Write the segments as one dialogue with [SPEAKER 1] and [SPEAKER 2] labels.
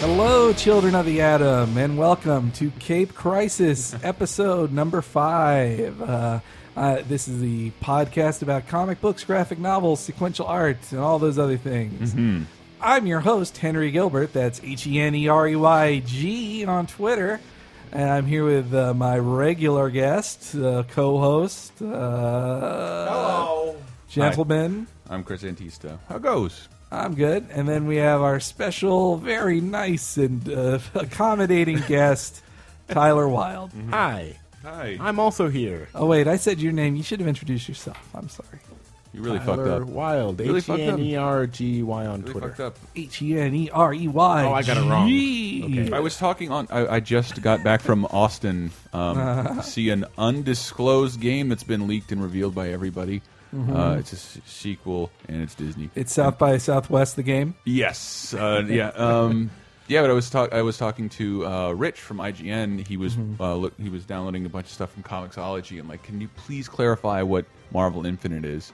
[SPEAKER 1] Hello, children of the atom, and welcome to Cape Crisis, episode number five. Uh, uh, this is the podcast about comic books, graphic novels, sequential art, and all those other things. I'm your host, Henry Gilbert. That's H E N E R E Y G on Twitter. And I'm here with uh, my regular guest, uh, co host, uh, gentleman.
[SPEAKER 2] I'm Chris Antista. How goes?
[SPEAKER 1] I'm good. And then we have our special, very nice and uh, accommodating guest, Tyler Wild.
[SPEAKER 3] Hi.
[SPEAKER 2] Hi.
[SPEAKER 3] I'm also here.
[SPEAKER 1] Oh, wait, I said your name. You should have introduced yourself. I'm sorry.
[SPEAKER 2] you really
[SPEAKER 3] Tyler
[SPEAKER 2] fucked up.
[SPEAKER 3] Wild.
[SPEAKER 2] Really
[SPEAKER 3] H
[SPEAKER 2] fucked
[SPEAKER 3] E
[SPEAKER 2] up.
[SPEAKER 3] N E R G Y on
[SPEAKER 2] Really fucked
[SPEAKER 3] Twitter.
[SPEAKER 2] up.
[SPEAKER 1] H E N E R E Y.
[SPEAKER 3] Oh, I got it wrong.
[SPEAKER 1] G.
[SPEAKER 3] Okay.
[SPEAKER 2] I was talking on. I, I just got back from Austin um, to see an undisclosed game that's been leaked and revealed by everybody. Uh, it's a s- sequel, and it's Disney.
[SPEAKER 1] It's South by Southwest, the game.
[SPEAKER 2] Yes. Uh, yeah. Um, yeah, but I was talk I was talking to uh, Rich from IGN. He was uh, look he was downloading a bunch of stuff from Comixology. I'm like, can you please clarify what Marvel Infinite is?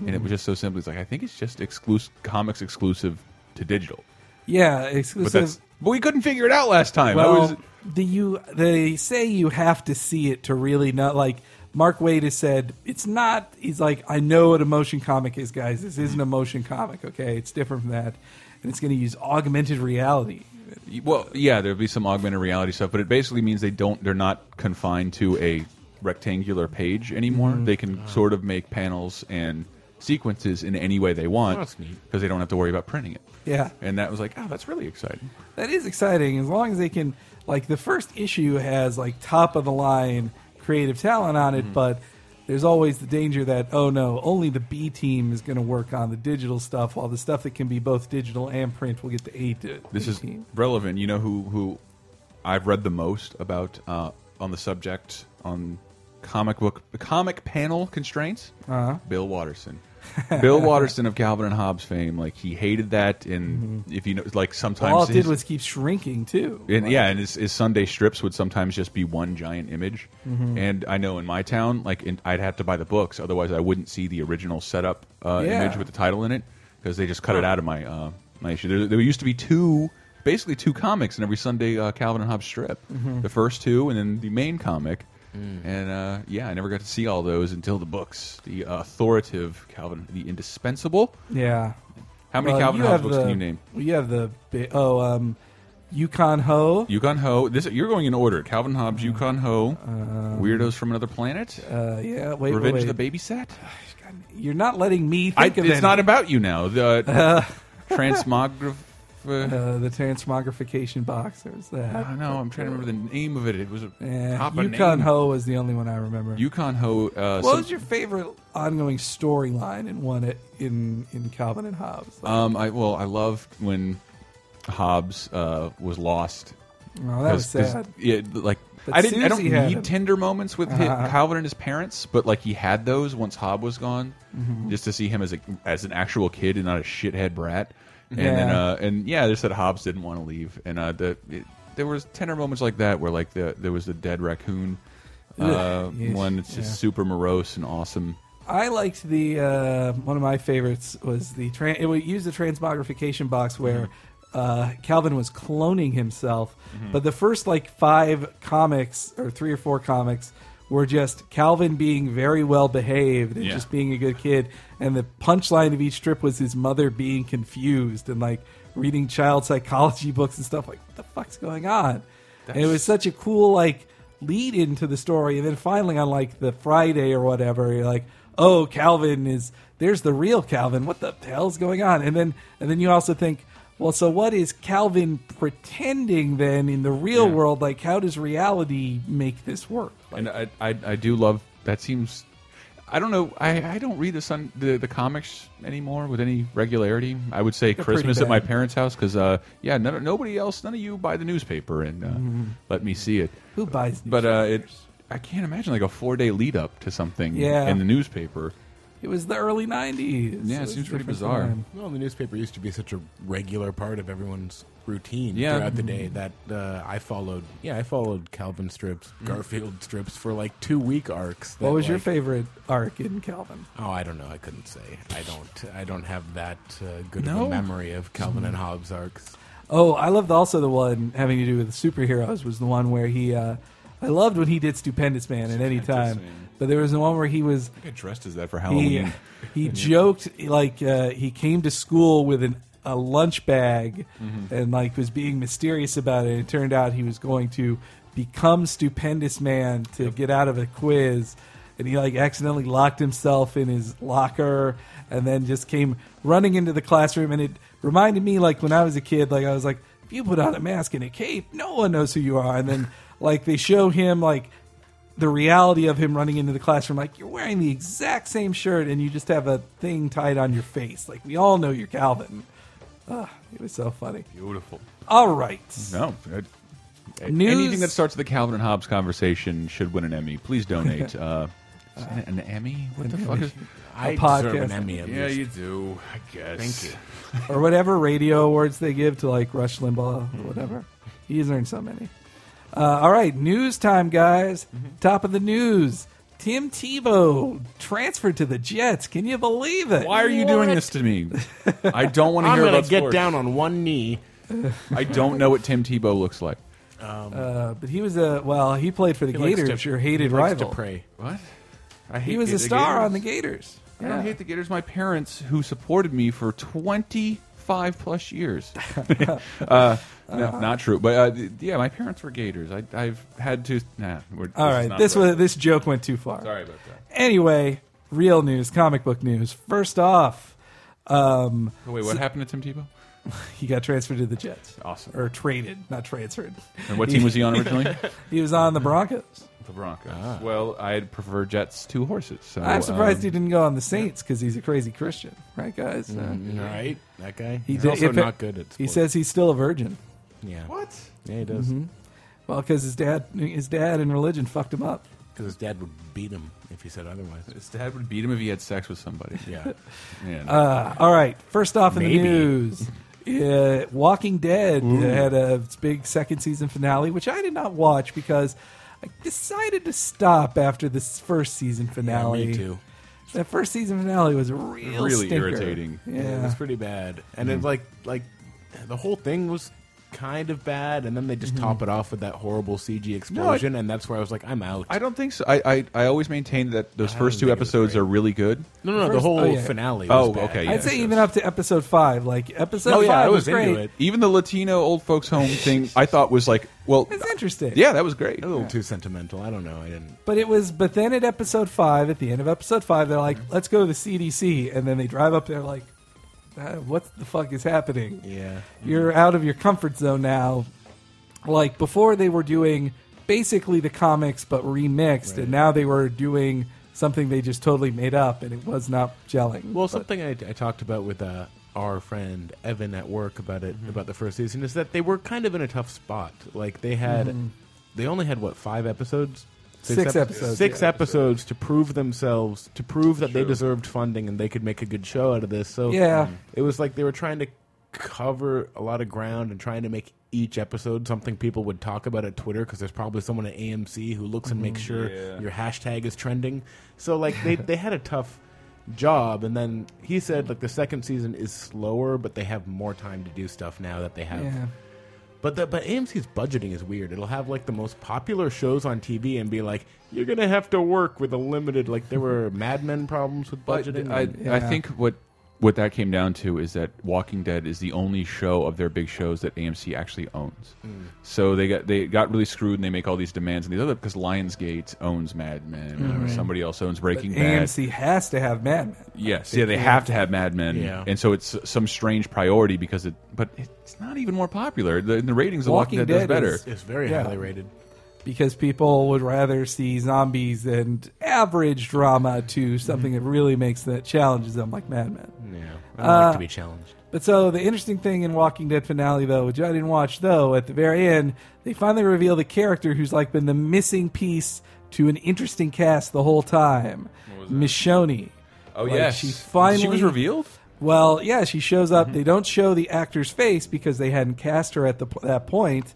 [SPEAKER 2] And it was just so simple. It's like I think it's just exclusive comics exclusive to digital.
[SPEAKER 1] Yeah,
[SPEAKER 2] But
[SPEAKER 1] exclusive.
[SPEAKER 2] that's but we couldn't figure it out last time. I was
[SPEAKER 1] Well, the you they say you have to see it to really not like Mark Wade has said it's not. He's like, I know what a motion comic is, guys. This isn't a motion comic. Okay, it's different from that, and it's going to use augmented reality.
[SPEAKER 2] well, yeah, there'll be some augmented reality stuff, but it basically means they don't they're not confined to a rectangular page anymore.
[SPEAKER 3] Mm-hmm.
[SPEAKER 2] They can
[SPEAKER 3] Ah.
[SPEAKER 2] sort of make panels and sequences in any way they want
[SPEAKER 3] That's neat.
[SPEAKER 2] because they don't have to worry about printing it.
[SPEAKER 1] Yeah,
[SPEAKER 2] and that was like, oh, that's really exciting.
[SPEAKER 1] that is exciting. As long as they can, like, the first issue has like top of the line creative talent on
[SPEAKER 2] Mm-hmm.
[SPEAKER 1] it, but. There's always the danger that oh no, only the B team is going to work on the digital stuff, while the stuff that can be both digital and print will get the A. t-
[SPEAKER 2] This is
[SPEAKER 1] team.
[SPEAKER 2] relevant. You know who who I've read the most about uh, on the subject on comic book comic panel constraints.
[SPEAKER 1] Uh-huh.
[SPEAKER 2] Bill Watterson. Bill Watterson of Calvin and Hobbes fame, like he hated that, and if you know, like sometimes
[SPEAKER 1] Mm-hmm. All it did
[SPEAKER 2] his-
[SPEAKER 1] was keep shrinking too.
[SPEAKER 2] And yeah, and his, his Sunday strips would sometimes just be one giant image.
[SPEAKER 1] Mm-hmm.
[SPEAKER 2] And I know in my town, like in, I'd have to buy the books, otherwise I wouldn't see the original setup uh,
[SPEAKER 1] Yeah.
[SPEAKER 2] image with the title in it because they just cut it out of my uh, my issue. There, there used to be two, basically two comics in every Sunday uh, Calvin and Hobbes strip,
[SPEAKER 1] Mm-hmm.
[SPEAKER 2] the first two, and then the main comic.
[SPEAKER 1] Mm.
[SPEAKER 2] And uh, yeah, I never got to see all those until the books, the authoritative Calvin, the indispensable.
[SPEAKER 1] Yeah.
[SPEAKER 2] How many
[SPEAKER 1] Well,
[SPEAKER 2] Calvin
[SPEAKER 1] you
[SPEAKER 2] and
[SPEAKER 1] have
[SPEAKER 2] Hobbes books
[SPEAKER 1] the-
[SPEAKER 2] can you name?
[SPEAKER 1] You have the bi- oh um, Yukon Ho,
[SPEAKER 2] Yukon Ho. This you're going in order. Calvin Hobbes, Yukon Ho, Weirdos from Another Planet,
[SPEAKER 1] uh, yeah. um, Wait, wait,
[SPEAKER 2] Revenge
[SPEAKER 1] wait.
[SPEAKER 2] of the Babysat.
[SPEAKER 1] God, You're not letting me
[SPEAKER 2] I,
[SPEAKER 1] think
[SPEAKER 2] it's
[SPEAKER 1] of any-
[SPEAKER 2] not about you now. The transmograph.
[SPEAKER 1] uh, the transmogrification box. There's
[SPEAKER 2] I
[SPEAKER 1] that.
[SPEAKER 2] don't know. I'm trying to remember the name of it. It was Ah, a
[SPEAKER 1] Yeah,
[SPEAKER 2] proper
[SPEAKER 1] Yukon
[SPEAKER 2] name.
[SPEAKER 1] Ho was the only one I remember.
[SPEAKER 2] Yukon Ho. Uh,
[SPEAKER 1] what
[SPEAKER 2] some-
[SPEAKER 1] was your favorite ongoing storyline in one at, in in Calvin and Hobbes? Like,
[SPEAKER 2] um, I well, I loved when Hobbes uh, was lost.
[SPEAKER 1] oh, that was
[SPEAKER 2] 'Cause- 'cause,
[SPEAKER 1] sad.
[SPEAKER 2] Yeah, like
[SPEAKER 1] But
[SPEAKER 2] I didn't. I don't
[SPEAKER 1] Susie had
[SPEAKER 2] need
[SPEAKER 1] him.
[SPEAKER 2] tender moments with hi-
[SPEAKER 1] Uh-huh.
[SPEAKER 2] Calvin and his parents, but like he had those once Hob was gone,
[SPEAKER 1] Mm-hmm.
[SPEAKER 2] just to see him as a as an actual kid and not a shithead brat. And then,
[SPEAKER 1] Yeah.
[SPEAKER 2] uh, and yeah, they said Hobbs didn't want to leave, and uh, the it, there was tender moments like that where like the there was the dead raccoon uh,
[SPEAKER 1] Ugh, yes,
[SPEAKER 2] one. It's just
[SPEAKER 1] yeah.
[SPEAKER 2] super morose and awesome.
[SPEAKER 1] I liked the uh, one of my favorites was the tran it would use the transmogrification box where uh, Calvin was cloning himself, but the first like five comics or three or four comics were just Calvin being very well behaved and
[SPEAKER 2] Yeah.
[SPEAKER 1] just being a good kid, and the punchline of each strip was his mother being confused and like reading child psychology books and stuff like what the fuck's going on. And it was such a cool like lead into the story, and then finally on like the Friday or whatever, you're like, oh, Calvin is there's the real Calvin. What the hell's going on? And then and then you also think, well, so what is Calvin pretending then in the real
[SPEAKER 2] Yeah.
[SPEAKER 1] world? Like, how does reality make this work? Like,
[SPEAKER 2] And I, I, I do love that. Seems I don't know. I, I don't read the sun the, the comics anymore with any regularity. I would say
[SPEAKER 1] pretty
[SPEAKER 2] Christmas at my
[SPEAKER 1] bad.
[SPEAKER 2] parents' house because uh, yeah, none, nobody else, none of you buy the newspaper and uh,
[SPEAKER 1] Mm-hmm.
[SPEAKER 2] let me see it.
[SPEAKER 1] who buys? these
[SPEAKER 2] But uh, it
[SPEAKER 1] papers?
[SPEAKER 2] I can't imagine like a four day lead up to something
[SPEAKER 1] Yeah.
[SPEAKER 2] in the newspaper.
[SPEAKER 1] it was the early '90s.
[SPEAKER 2] Yeah, it
[SPEAKER 1] was
[SPEAKER 2] seems
[SPEAKER 1] a
[SPEAKER 2] pretty
[SPEAKER 1] different
[SPEAKER 2] bizarre.
[SPEAKER 1] time.
[SPEAKER 3] Well, the newspaper used to be such a regular part of everyone's routine
[SPEAKER 2] Yeah.
[SPEAKER 3] throughout the day that uh, I followed. Yeah, I followed Calvin strips,
[SPEAKER 2] Mm-hmm.
[SPEAKER 3] Garfield strips for like two week arcs. that,
[SPEAKER 1] What was your
[SPEAKER 3] like-
[SPEAKER 1] favorite arc in Calvin?
[SPEAKER 3] Oh, I don't know. I couldn't say. I don't. I don't have that uh, good
[SPEAKER 2] No?
[SPEAKER 3] of a memory of Calvin and Hobbes arcs.
[SPEAKER 1] Oh, I loved also the one having to do with superheroes was the one where he. Uh, I loved when he did Stupendous Man at any
[SPEAKER 2] Stupendous
[SPEAKER 1] time,
[SPEAKER 2] Man.
[SPEAKER 1] but there was the one where he was
[SPEAKER 2] I got dressed as that for
[SPEAKER 1] he
[SPEAKER 2] Halloween.
[SPEAKER 1] he joked like uh, he came to school with an a lunch bag and like was being mysterious about it. It turned out he was going to become stupendous man to get out of a quiz. And he like accidentally locked himself in his locker, and then just came running into the classroom. And it reminded me, like when I was a kid, like I was like, if you put on a mask and a cape, no one knows who you are. And then like they show him like the reality of him running into the classroom like you're wearing the exact same shirt and you just have a thing tied on your face like we all know you're calvin Ugh, it was so funny
[SPEAKER 2] Beautiful.
[SPEAKER 1] all right
[SPEAKER 2] No. I- I-
[SPEAKER 1] News-
[SPEAKER 2] Anything that starts with the Calvin and Hobbes conversation should win an Emmy. Please donate. Uh, is it an, Emmy? What the fuck is?
[SPEAKER 3] I deserve
[SPEAKER 1] podcast.
[SPEAKER 3] an Emmy at least.
[SPEAKER 2] you do. I guess.
[SPEAKER 3] Thank you.
[SPEAKER 1] or whatever radio awards they give to like rush limbaugh or whatever he's earned so many uh, all right news time guys
[SPEAKER 3] Mm-hmm.
[SPEAKER 1] top of the news tim tebow transferred to the jets can you believe it
[SPEAKER 2] Why are you doing
[SPEAKER 3] What?
[SPEAKER 2] this to me? I don't want to
[SPEAKER 3] I'm
[SPEAKER 2] hear
[SPEAKER 3] gonna
[SPEAKER 2] about
[SPEAKER 3] get
[SPEAKER 2] sports.
[SPEAKER 3] down on one knee.
[SPEAKER 2] I don't know what Tim Tebow looks like.
[SPEAKER 1] uh, but he was a well he played for the
[SPEAKER 3] He likes
[SPEAKER 1] gators
[SPEAKER 3] to-
[SPEAKER 1] your hated
[SPEAKER 3] he likes
[SPEAKER 1] rival
[SPEAKER 3] to pray.
[SPEAKER 2] What? I hate
[SPEAKER 1] he was a
[SPEAKER 2] the
[SPEAKER 1] star
[SPEAKER 2] Gators.
[SPEAKER 1] on the gators
[SPEAKER 2] I don't
[SPEAKER 1] Yeah.
[SPEAKER 2] hate the Gators. My parents, who supported me for 25 plus years. uh, no, not true. But uh, th- yeah, my parents were Gators. I, I've had to. Nah.
[SPEAKER 1] All
[SPEAKER 2] We're, this is
[SPEAKER 1] right,
[SPEAKER 2] not
[SPEAKER 1] this
[SPEAKER 2] right.
[SPEAKER 1] was this joke went too far.
[SPEAKER 2] Sorry about that.
[SPEAKER 1] Anyway, real news, comic book news. First off, um,
[SPEAKER 2] Oh, wait, what happened to Tim Tebow?
[SPEAKER 1] he got transferred to the Jets.
[SPEAKER 2] Awesome.
[SPEAKER 1] Or traded, not transferred.
[SPEAKER 2] And what team was he on originally? the
[SPEAKER 1] He was on the Broncos.
[SPEAKER 2] Broncos. Well, I'd prefer Jets to horses. So,
[SPEAKER 1] I'm surprised
[SPEAKER 2] um,
[SPEAKER 1] he didn't go on the Saints because he's a crazy Christian, right, guys? Uh,
[SPEAKER 3] Right? That guy.
[SPEAKER 1] He
[SPEAKER 3] Mm-hmm. He's
[SPEAKER 1] did-
[SPEAKER 3] also
[SPEAKER 1] if it-
[SPEAKER 3] not good at. Sports.
[SPEAKER 1] He Mm-hmm. says he's still a virgin.
[SPEAKER 3] "Yeah,
[SPEAKER 2] What?
[SPEAKER 3] Yeah, he does. Because
[SPEAKER 1] Well, because his dad, his dad and religion fucked him up.
[SPEAKER 3] his dad would beat him if he said otherwise.
[SPEAKER 2] His dad would beat him if he had sex with somebody.
[SPEAKER 3] Yeah.
[SPEAKER 2] Man.
[SPEAKER 1] Uh, all right. First off in
[SPEAKER 3] Maybe.
[SPEAKER 1] the news, uh, Walking Dead had a big second season finale, which I did not watch because I decided to stop after this first season finale.
[SPEAKER 3] me too.
[SPEAKER 1] That first season finale was a real
[SPEAKER 2] Really
[SPEAKER 1] stinker.
[SPEAKER 2] irritating.
[SPEAKER 1] Yeah. Mm-hmm.
[SPEAKER 3] It was pretty bad, and it like like the whole thing was kind of bad, and then they just
[SPEAKER 1] Mm-hmm.
[SPEAKER 3] top it off with that horrible CG explosion, and that's where I was like, I'm out.
[SPEAKER 2] I don't think so. I, I, I always maintain that those
[SPEAKER 3] I don't
[SPEAKER 2] first two
[SPEAKER 3] think it was
[SPEAKER 2] episodes
[SPEAKER 3] great.
[SPEAKER 2] are really good.
[SPEAKER 3] no, no, no, the
[SPEAKER 1] First-
[SPEAKER 3] whole
[SPEAKER 1] oh, yeah.
[SPEAKER 3] finale.
[SPEAKER 2] Oh,
[SPEAKER 3] was bad.
[SPEAKER 2] okay,
[SPEAKER 1] I'd
[SPEAKER 2] yeah.
[SPEAKER 1] say
[SPEAKER 2] yes.
[SPEAKER 1] even up to episode five, like episode
[SPEAKER 3] Oh, yeah,
[SPEAKER 1] five
[SPEAKER 3] I was into
[SPEAKER 1] great.
[SPEAKER 3] it.
[SPEAKER 2] Even the Latino old folks home thing, I thought was like, well,
[SPEAKER 1] It's interesting.
[SPEAKER 2] yeah, that was great.
[SPEAKER 3] a little too sentimental. I don't know. I didn't.
[SPEAKER 1] But it was, but then at episode five, at the end of episode five, they're like, let's go to the CDC. And then they drive up there like, uh, what the fuck is happening?
[SPEAKER 3] Yeah,
[SPEAKER 1] You're out of your comfort zone now. Like before, they were doing basically the comics but remixed, and now they were doing something they just totally made up, and it was not gelling.
[SPEAKER 3] Well, something I, I talked about with uh, our friend Evan at work about it
[SPEAKER 1] Mm-hmm.
[SPEAKER 3] about the first season is that they were kind of in a tough spot. Like they had, they only had what five episodes,
[SPEAKER 1] Mm-hmm. Six
[SPEAKER 3] ep-
[SPEAKER 1] episodes,
[SPEAKER 3] six
[SPEAKER 1] yeah.
[SPEAKER 3] episodes to prove themselves, to prove that they deserved funding and they could make a good show out of this. So um,
[SPEAKER 1] Yeah. Mhm.
[SPEAKER 3] it was like they were trying to cover a lot of ground and trying to make each episode something people would talk about at Twitter because there's probably someone at AMC who looks and
[SPEAKER 1] Mm-hmm.
[SPEAKER 3] makes sure
[SPEAKER 2] Yeah.
[SPEAKER 3] your hashtag is trending. So like they they had a tough job and then he said like the second season is slower but they have more time to do stuff now that they have
[SPEAKER 1] yeah.
[SPEAKER 3] but the, but AMC's budgeting is weird. It'll have like the most popular shows on TV and be like, you're gonna have to work with a limited. Like there were Mad Men problems with
[SPEAKER 2] But
[SPEAKER 3] budgeting.
[SPEAKER 2] I,
[SPEAKER 3] and-
[SPEAKER 2] I
[SPEAKER 1] Yeah.
[SPEAKER 2] think what what that came down to is that Walking Dead is the only show of their big shows that AMC actually owns.
[SPEAKER 3] Mm.
[SPEAKER 2] So they got they got really screwed, and they make all these demands and these other because Lionsgate owns Mad Men,
[SPEAKER 3] Mm.
[SPEAKER 2] or somebody else owns Breaking Bad.
[SPEAKER 1] AMC has to have Mad Men.
[SPEAKER 2] Yes, yeah, they have to have Mad Men,
[SPEAKER 3] Yeah.
[SPEAKER 2] and so it's some strange priority because it. But it's not even more popular. The, the ratings of Walking,
[SPEAKER 1] Walking
[SPEAKER 2] Dead,
[SPEAKER 1] Dead
[SPEAKER 2] does
[SPEAKER 1] is-
[SPEAKER 2] better.
[SPEAKER 3] it's very
[SPEAKER 1] Yeah.
[SPEAKER 3] highly rated.
[SPEAKER 1] because people would rather see zombies and average drama to something that really makes that challenges them like Mad Men. Uh,
[SPEAKER 3] Yeah, I don't like to be challenged.
[SPEAKER 1] But so the interesting thing in Walking Dead finale, though, which I didn't watch, though, at the very end, they finally reveal the character who's like been the missing piece to an interesting cast the whole time, Michonne.
[SPEAKER 2] Oh
[SPEAKER 1] Like,
[SPEAKER 2] yeah,
[SPEAKER 1] she finally
[SPEAKER 2] she was revealed.
[SPEAKER 1] Well,
[SPEAKER 2] Mm-hmm.
[SPEAKER 1] yeah, she shows up. They don't show the actor's face because they hadn't cast her at the, that point.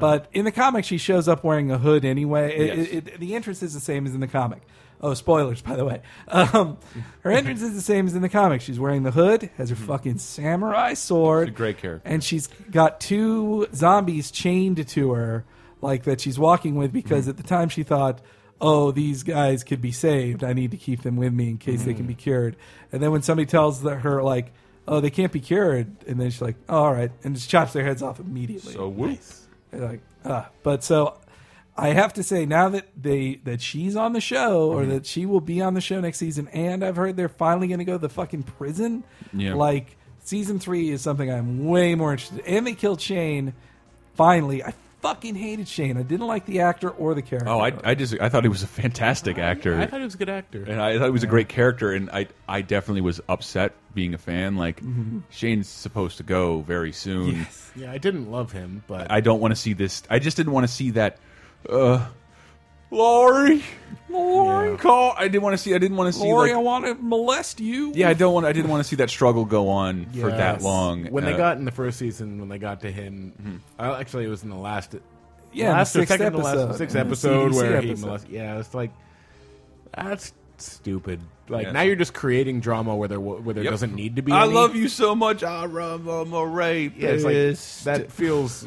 [SPEAKER 1] But in the comic, she shows up wearing a hood anyway. It,
[SPEAKER 2] Ah. Yes.
[SPEAKER 1] it, it, the entrance is the same as in the comic. Oh, spoilers, by the way. Um, her entrance is the same as in the comic. She's wearing the hood, has her fucking samurai sword.
[SPEAKER 2] Hmm. She's a great character.
[SPEAKER 1] And she's got two zombies chained to her, like that she's walking with, because
[SPEAKER 2] Mm-hmm.
[SPEAKER 1] at the time she thought, oh, these guys could be saved. I need to keep them with me in case they
[SPEAKER 2] Mm-hmm.
[SPEAKER 1] can be cured. And then when somebody tells the- her, like, oh, they can't be cured, and then she's like, oh, all right, and just chops their heads off immediately.
[SPEAKER 2] So whoop.
[SPEAKER 1] And, like, ah. But so I have to say now that they that she's on the show
[SPEAKER 2] Mm-hmm.
[SPEAKER 1] or that she will be on the show next season, and I've heard they're finally going to go to the fucking prison.
[SPEAKER 2] Yeah.
[SPEAKER 1] Like season three is something I'm way more interested. in. And they killed Shane. Finally, I fucking hated Shane. I didn't like the actor or the character.
[SPEAKER 2] Oh, I, I just I thought he was a fantastic actor.
[SPEAKER 3] I thought he was a good actor.
[SPEAKER 2] and I thought he was a great character, and I I definitely was upset being a fan. Like
[SPEAKER 1] Mm-hmm.
[SPEAKER 2] Shane's supposed to go very soon.
[SPEAKER 3] Yeah, I didn't love him, but
[SPEAKER 2] I don't want to see this. I just didn't want to see that. Uh, Laurie, Laurie,
[SPEAKER 3] Yeah.
[SPEAKER 2] call. I didn't want to see. I didn't want to see.
[SPEAKER 1] Lori, I
[SPEAKER 2] like,
[SPEAKER 1] want to molest you.
[SPEAKER 2] yeah, I don't want. I didn't want to see that struggle go on for that
[SPEAKER 3] Yes.
[SPEAKER 2] long.
[SPEAKER 3] When
[SPEAKER 2] Uh, Mm-hmm.
[SPEAKER 3] they got in the first season, when they got to him, I actually it was in the last,
[SPEAKER 1] Yeah, in the
[SPEAKER 3] last or
[SPEAKER 1] sixth
[SPEAKER 3] second to
[SPEAKER 1] episode.
[SPEAKER 3] last sixth
[SPEAKER 1] In the
[SPEAKER 3] episode
[SPEAKER 1] CDC
[SPEAKER 3] where he
[SPEAKER 1] episode.
[SPEAKER 3] molest- yeah, it's like that's stupid. Like
[SPEAKER 2] Yeah,
[SPEAKER 3] now
[SPEAKER 2] so-
[SPEAKER 3] you're just creating drama where there wa- where there
[SPEAKER 2] Yep.
[SPEAKER 3] doesn't need to be.
[SPEAKER 2] I
[SPEAKER 3] any.
[SPEAKER 2] love you so much. I love I'm a rapist.
[SPEAKER 3] Yeah, it's like that feels.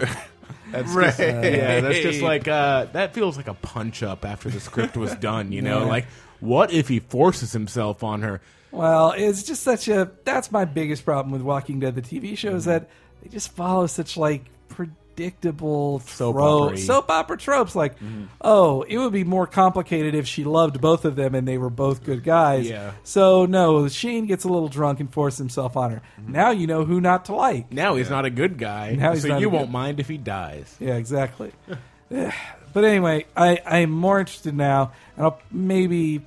[SPEAKER 3] That's just, uh,
[SPEAKER 2] Right.
[SPEAKER 3] yeah, that's just like uh, that feels like a punch up after the script was done. You know,
[SPEAKER 1] Yeah.
[SPEAKER 3] like what if he forces himself on her?
[SPEAKER 1] Well, it's just such a. That's my biggest problem with Walking Dead, the TV show,
[SPEAKER 3] Mm-hmm.
[SPEAKER 1] is that they just follow such like predictable
[SPEAKER 3] Soap
[SPEAKER 1] tro-
[SPEAKER 3] opera-y. Mm-hmm.
[SPEAKER 1] soap opera tropes. Like, oh, it would be more complicated if she loved both of them and they were both good guys.
[SPEAKER 3] Yeah.
[SPEAKER 1] So no, Shane gets a little drunk and forces himself on her.
[SPEAKER 3] Mm-hmm.
[SPEAKER 1] Now you know who not to like.
[SPEAKER 3] Now he's not a good guy,
[SPEAKER 1] Now he's
[SPEAKER 3] so
[SPEAKER 1] not a
[SPEAKER 3] you
[SPEAKER 1] good-
[SPEAKER 3] won't mind if he dies.
[SPEAKER 1] Yeah, exactly. Ugh. but anyway, I, I'm more interested now, and I'll maybe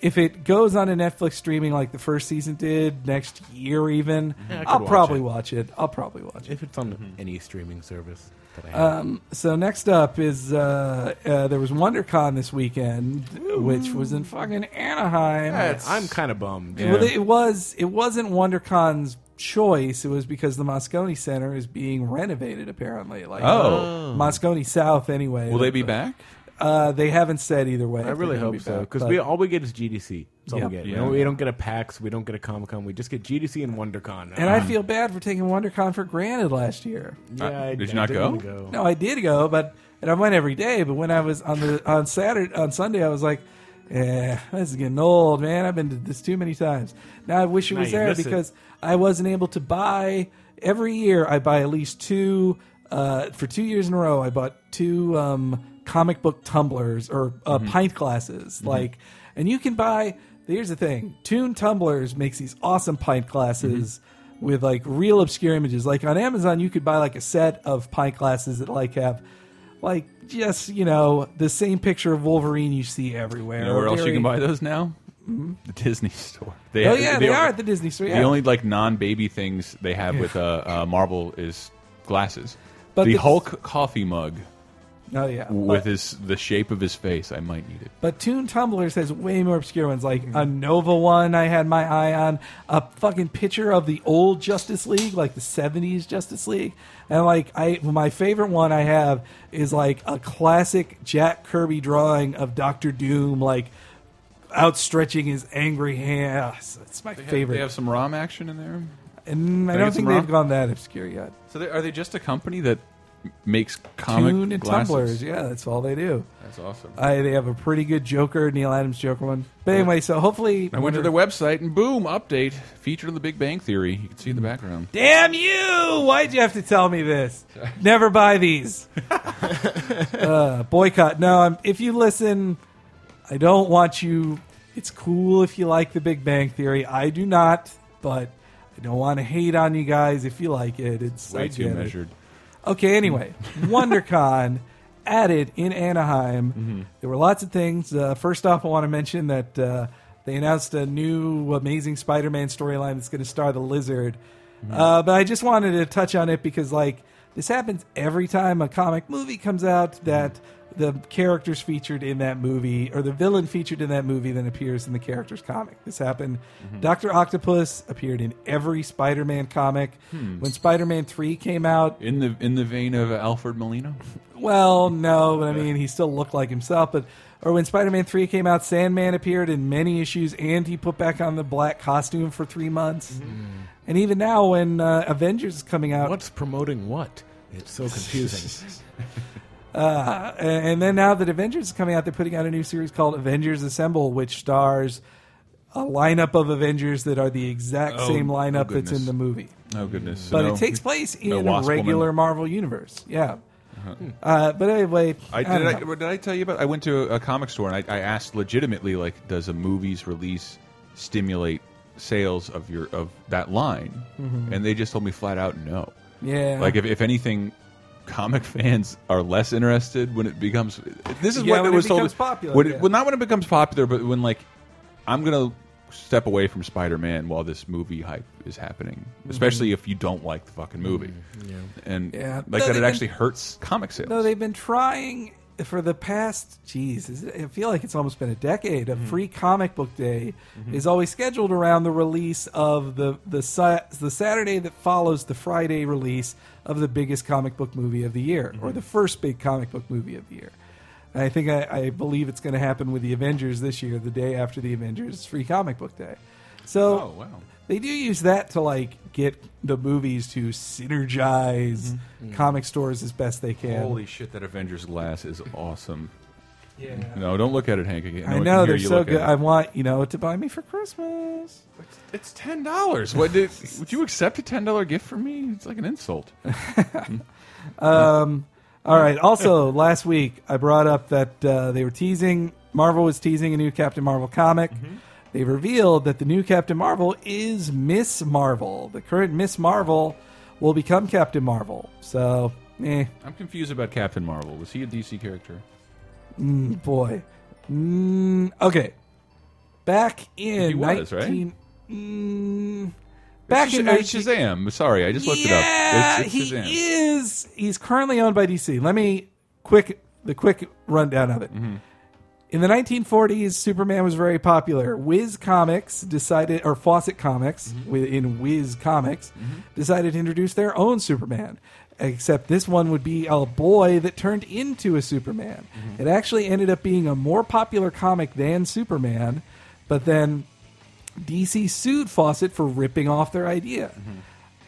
[SPEAKER 1] if it goes on to Netflix streaming like the first season did next year, even
[SPEAKER 3] Mm-hmm. Yeah, I could
[SPEAKER 1] I'll
[SPEAKER 3] watch
[SPEAKER 1] probably
[SPEAKER 3] it.
[SPEAKER 1] watch it. I'll probably watch it.
[SPEAKER 3] If it's on
[SPEAKER 2] Mm-hmm.
[SPEAKER 3] any streaming service that I have.
[SPEAKER 1] Um, so next up is uh, uh, there was WonderCon this weekend, which was in fucking Anaheim.
[SPEAKER 2] That's-
[SPEAKER 3] I'm kind of bummed.
[SPEAKER 2] Yeah.
[SPEAKER 1] Well, it was it wasn't WonderCon's choice. It was because the Moscone Center is being renovated apparently. Like
[SPEAKER 2] Oh,
[SPEAKER 1] Moscone South anyway.
[SPEAKER 2] will they be back?
[SPEAKER 1] Uh, they haven't said either way.
[SPEAKER 3] I really hope so because we all we get is GDC. That's all
[SPEAKER 1] Yeah.
[SPEAKER 3] we get.
[SPEAKER 2] Yeah.
[SPEAKER 3] You know, we don't get a PAX. We don't get a Comic Con. We just get GDC and WonderCon.
[SPEAKER 1] and I feel bad for taking WonderCon for granted last year.
[SPEAKER 3] yeah, I,
[SPEAKER 2] Did you
[SPEAKER 3] I
[SPEAKER 2] not
[SPEAKER 3] didn't
[SPEAKER 2] go?
[SPEAKER 3] wanna
[SPEAKER 1] No, I did go, but and I went every day. But when I was on the on Saturday on Sunday, I was like, "Yeah, this is getting old, man. I've been to this too many times. Now I wish it
[SPEAKER 3] Now
[SPEAKER 1] was
[SPEAKER 3] you
[SPEAKER 1] there
[SPEAKER 3] miss it.
[SPEAKER 1] because I wasn't able to buy every year. I buy at least two uh, for two years in a row. I bought two um, comic book tumblers or uh,
[SPEAKER 2] Mm-hmm.
[SPEAKER 1] pint glasses, like, and you can buy. Here's the thing: Toon Tumblers makes these awesome pint glasses
[SPEAKER 2] Mm-hmm.
[SPEAKER 1] with like real obscure images. Like on Amazon, you could buy like a set of pint glasses that like have like just you know the same picture of Wolverine you see everywhere.
[SPEAKER 2] You know where else you
[SPEAKER 1] Very-
[SPEAKER 2] can buy those now? The Disney store. They,
[SPEAKER 1] Mm-hmm. Oh yeah, they,
[SPEAKER 2] they
[SPEAKER 1] are at the Disney store.
[SPEAKER 2] The
[SPEAKER 1] yeah.
[SPEAKER 2] only like non-baby things they have with uh, uh, Marvel is glasses.
[SPEAKER 1] But
[SPEAKER 2] the
[SPEAKER 1] the-
[SPEAKER 2] Hulk coffee mug
[SPEAKER 1] oh yeah,
[SPEAKER 2] with his the shape of his face. I might need it.
[SPEAKER 1] But Toon Tumblers has way more obscure ones, like
[SPEAKER 2] Mm-hmm.
[SPEAKER 1] a Nova one I had my eye on, a fucking picture of the old Justice League, like the '70s Justice League, and like I, my favorite one I have is like a classic Jack Kirby drawing of Doctor Doom, like outstretching his angry hand. Ah, It's it's my
[SPEAKER 2] They have,
[SPEAKER 1] favorite,
[SPEAKER 2] They have some ROM action in there.
[SPEAKER 1] and I
[SPEAKER 2] Can
[SPEAKER 1] don't
[SPEAKER 2] I get
[SPEAKER 1] think
[SPEAKER 2] some
[SPEAKER 1] they've
[SPEAKER 2] rock?
[SPEAKER 1] gone that obscure yet.
[SPEAKER 2] So they, are they just a company that makes comic
[SPEAKER 1] Toon and
[SPEAKER 2] glasses?
[SPEAKER 1] Tumblers, yeah, that's all they do.
[SPEAKER 2] That's awesome. I,
[SPEAKER 1] I, they have a pretty good Joker, Neil Adams Joker one. But anyway, so hopefully
[SPEAKER 2] went to their website and boom, update featured in the Big Bang Theory. You can see in the background.
[SPEAKER 1] Damn you! Why'd you have to tell me this? Never buy these. uh, boycott. No, I'm, if you listen, I don't want you. It's cool if you like the Big Bang Theory. I do not, but I don't want to hate on you guys if you like it. It's I
[SPEAKER 2] Way too
[SPEAKER 1] get it.
[SPEAKER 2] measured.
[SPEAKER 1] Okay, anyway, WonderCon added in Anaheim. There were lots of things. Uh, first off, I want to mention that uh, they announced a new Amazing Spider Man storyline that's going to star the lizard. Uh, but I just wanted to touch on it because, like, this happens every time a comic movie comes out that the characters featured in that movie or the villain featured in that movie than appears in the characters comic. This happened. Doctor Octopus appeared in every Spider-Man comic. When Spider-Man three came out,
[SPEAKER 2] in the in the vein of Alfred Molina.
[SPEAKER 1] well, no, but I mean he still looked like himself. But or when Spider-Man three came out, Sandman appeared in many issues, and he put back on the black costume for three months.
[SPEAKER 2] Mm-hmm.
[SPEAKER 1] Mm. And even now, when uh, Avengers is coming out,
[SPEAKER 3] What's promoting what? It's so confusing.
[SPEAKER 1] Uh, and and then now that Avengers is coming out, they're putting out a new series called Avengers Assemble, which stars a lineup of Avengers that are the exact
[SPEAKER 2] Oh,
[SPEAKER 1] same
[SPEAKER 2] oh
[SPEAKER 1] lineup that's in
[SPEAKER 2] goodness.
[SPEAKER 1] the movie.
[SPEAKER 2] Oh goodness! So
[SPEAKER 1] But
[SPEAKER 2] no-
[SPEAKER 1] it takes place in
[SPEAKER 2] no
[SPEAKER 1] a
[SPEAKER 2] Wasp
[SPEAKER 1] regular
[SPEAKER 2] Woman. Uh-huh.
[SPEAKER 1] Marvel universe. Yeah. Uh, but anyway,
[SPEAKER 2] I did.
[SPEAKER 1] I don't
[SPEAKER 2] I,
[SPEAKER 1] know.
[SPEAKER 2] did I tell you about? I went to a, a comic store and I, I asked legitimately, like, does a movie's release stimulate sales of your of that line?
[SPEAKER 1] Mm-hmm.
[SPEAKER 2] And they just told me flat out no.
[SPEAKER 1] yeah.
[SPEAKER 2] Like, if, if anything, comic fans are less interested when it becomes. This is
[SPEAKER 1] Yeah,
[SPEAKER 2] what
[SPEAKER 1] when
[SPEAKER 2] it
[SPEAKER 1] it
[SPEAKER 2] was told.
[SPEAKER 1] becomes popular,
[SPEAKER 2] when it-
[SPEAKER 1] yeah.
[SPEAKER 2] well, not when it becomes popular, but when like I'm gonna step away from Spider-Man while this movie hype is happening,
[SPEAKER 1] Mm-hmm.
[SPEAKER 2] especially if you don't like the fucking movie. And
[SPEAKER 1] Yeah.
[SPEAKER 2] like
[SPEAKER 1] No,
[SPEAKER 2] that,
[SPEAKER 1] they've
[SPEAKER 2] it
[SPEAKER 1] been-
[SPEAKER 2] actually hurts comic sales.
[SPEAKER 1] No, they've been trying for the past. Geez, is it, I feel like it's almost been a decade. A free comic book day is always scheduled around the release of the the sa- the Saturday that follows the Friday release of the biggest comic book movie of the year, or the first big comic book movie of the year. And I think I, I believe it's going to happen with the Avengers this year. The day after the Avengers, it's free comic book day. So
[SPEAKER 2] oh wow.
[SPEAKER 1] they do use that to like get the movies to synergize comic stores as best they can.
[SPEAKER 2] Holy shit, that Avengers glass is awesome.
[SPEAKER 1] yeah.
[SPEAKER 2] No, don't look at it, Hank. Again. No
[SPEAKER 1] I
[SPEAKER 2] one
[SPEAKER 1] know
[SPEAKER 2] can hear
[SPEAKER 1] they're
[SPEAKER 2] you
[SPEAKER 1] so
[SPEAKER 2] look at
[SPEAKER 1] good.
[SPEAKER 2] it.
[SPEAKER 1] I want you know to buy me for Christmas.
[SPEAKER 2] It's ten dollars. What did, would you accept a ten dollar gift from me? It's like an insult.
[SPEAKER 1] All right. Also, last week I brought up that uh, they were teasing Marvel was teasing a new Captain Marvel comic.
[SPEAKER 2] Mm-hmm.
[SPEAKER 1] They revealed that the new Captain Marvel is Miss Marvel. The current Miss Marvel will become Captain Marvel. So, eh,
[SPEAKER 2] I'm confused about Captain Marvel. Was he a DC character?
[SPEAKER 1] boy. Mm, okay. Back in
[SPEAKER 2] He was, right?
[SPEAKER 1] 19 Mm, back in 19
[SPEAKER 2] Shaz- uh, Shazam. Sorry, I just looked
[SPEAKER 1] yeah,
[SPEAKER 2] it up. It's, it's
[SPEAKER 1] he
[SPEAKER 2] Shazam.
[SPEAKER 1] is. He's currently owned by DC. Let me quick the quick rundown of it.
[SPEAKER 2] Mm-hmm.
[SPEAKER 1] In the 1940s, Superman was very popular. Whiz Comics decided, or Fawcett Comics
[SPEAKER 2] Mm-hmm.
[SPEAKER 1] within Whiz Comics, decided to introduce their own Superman. Except this one would be a boy that turned into a Superman.
[SPEAKER 2] Mm-hmm.
[SPEAKER 1] It actually ended up being a more popular comic than Superman, but then DC sued Fawcett for ripping off their idea.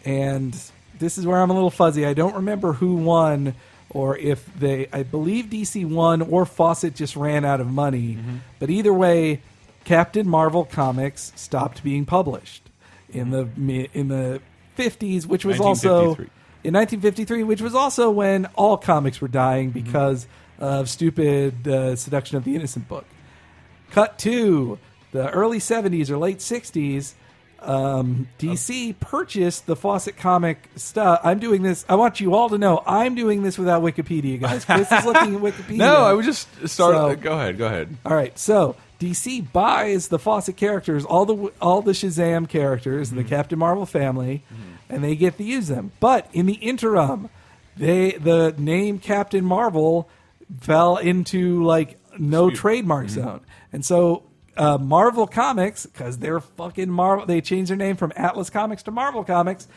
[SPEAKER 1] And this is where I'm a little fuzzy. I don't remember who won or if they, I believe DC won or Fawcett just ran out of money. But either way, Captain Marvel comics stopped being published in the mi- in the 50s, which was also
[SPEAKER 2] 1953.
[SPEAKER 1] in 1953, which was also when all comics were dying because of stupid uh, Seduction of the Innocent book. Cut to the early 70s or late 60s. Um, DC purchased the Fawcett comic stuff. I'm doing this. I want you all to know I'm doing this without Wikipedia, guys. Chris is looking at Wikipedia.
[SPEAKER 2] No, I was just
[SPEAKER 1] So-
[SPEAKER 2] starting. go ahead. Go ahead.
[SPEAKER 1] All right, so DC buys the Fawcett characters, all the all the Shazam characters,
[SPEAKER 2] Mhm.
[SPEAKER 1] and the Captain Marvel family,
[SPEAKER 2] Mm-hmm.
[SPEAKER 1] and they get to use them. But in the interim, they the name Captain Marvel fell into like no trademark
[SPEAKER 2] Mm-hmm.
[SPEAKER 1] zone, and so. Uh, Marvel Comics, because they're fucking Marvel. They changed their name from Atlas Comics to Marvel Comics.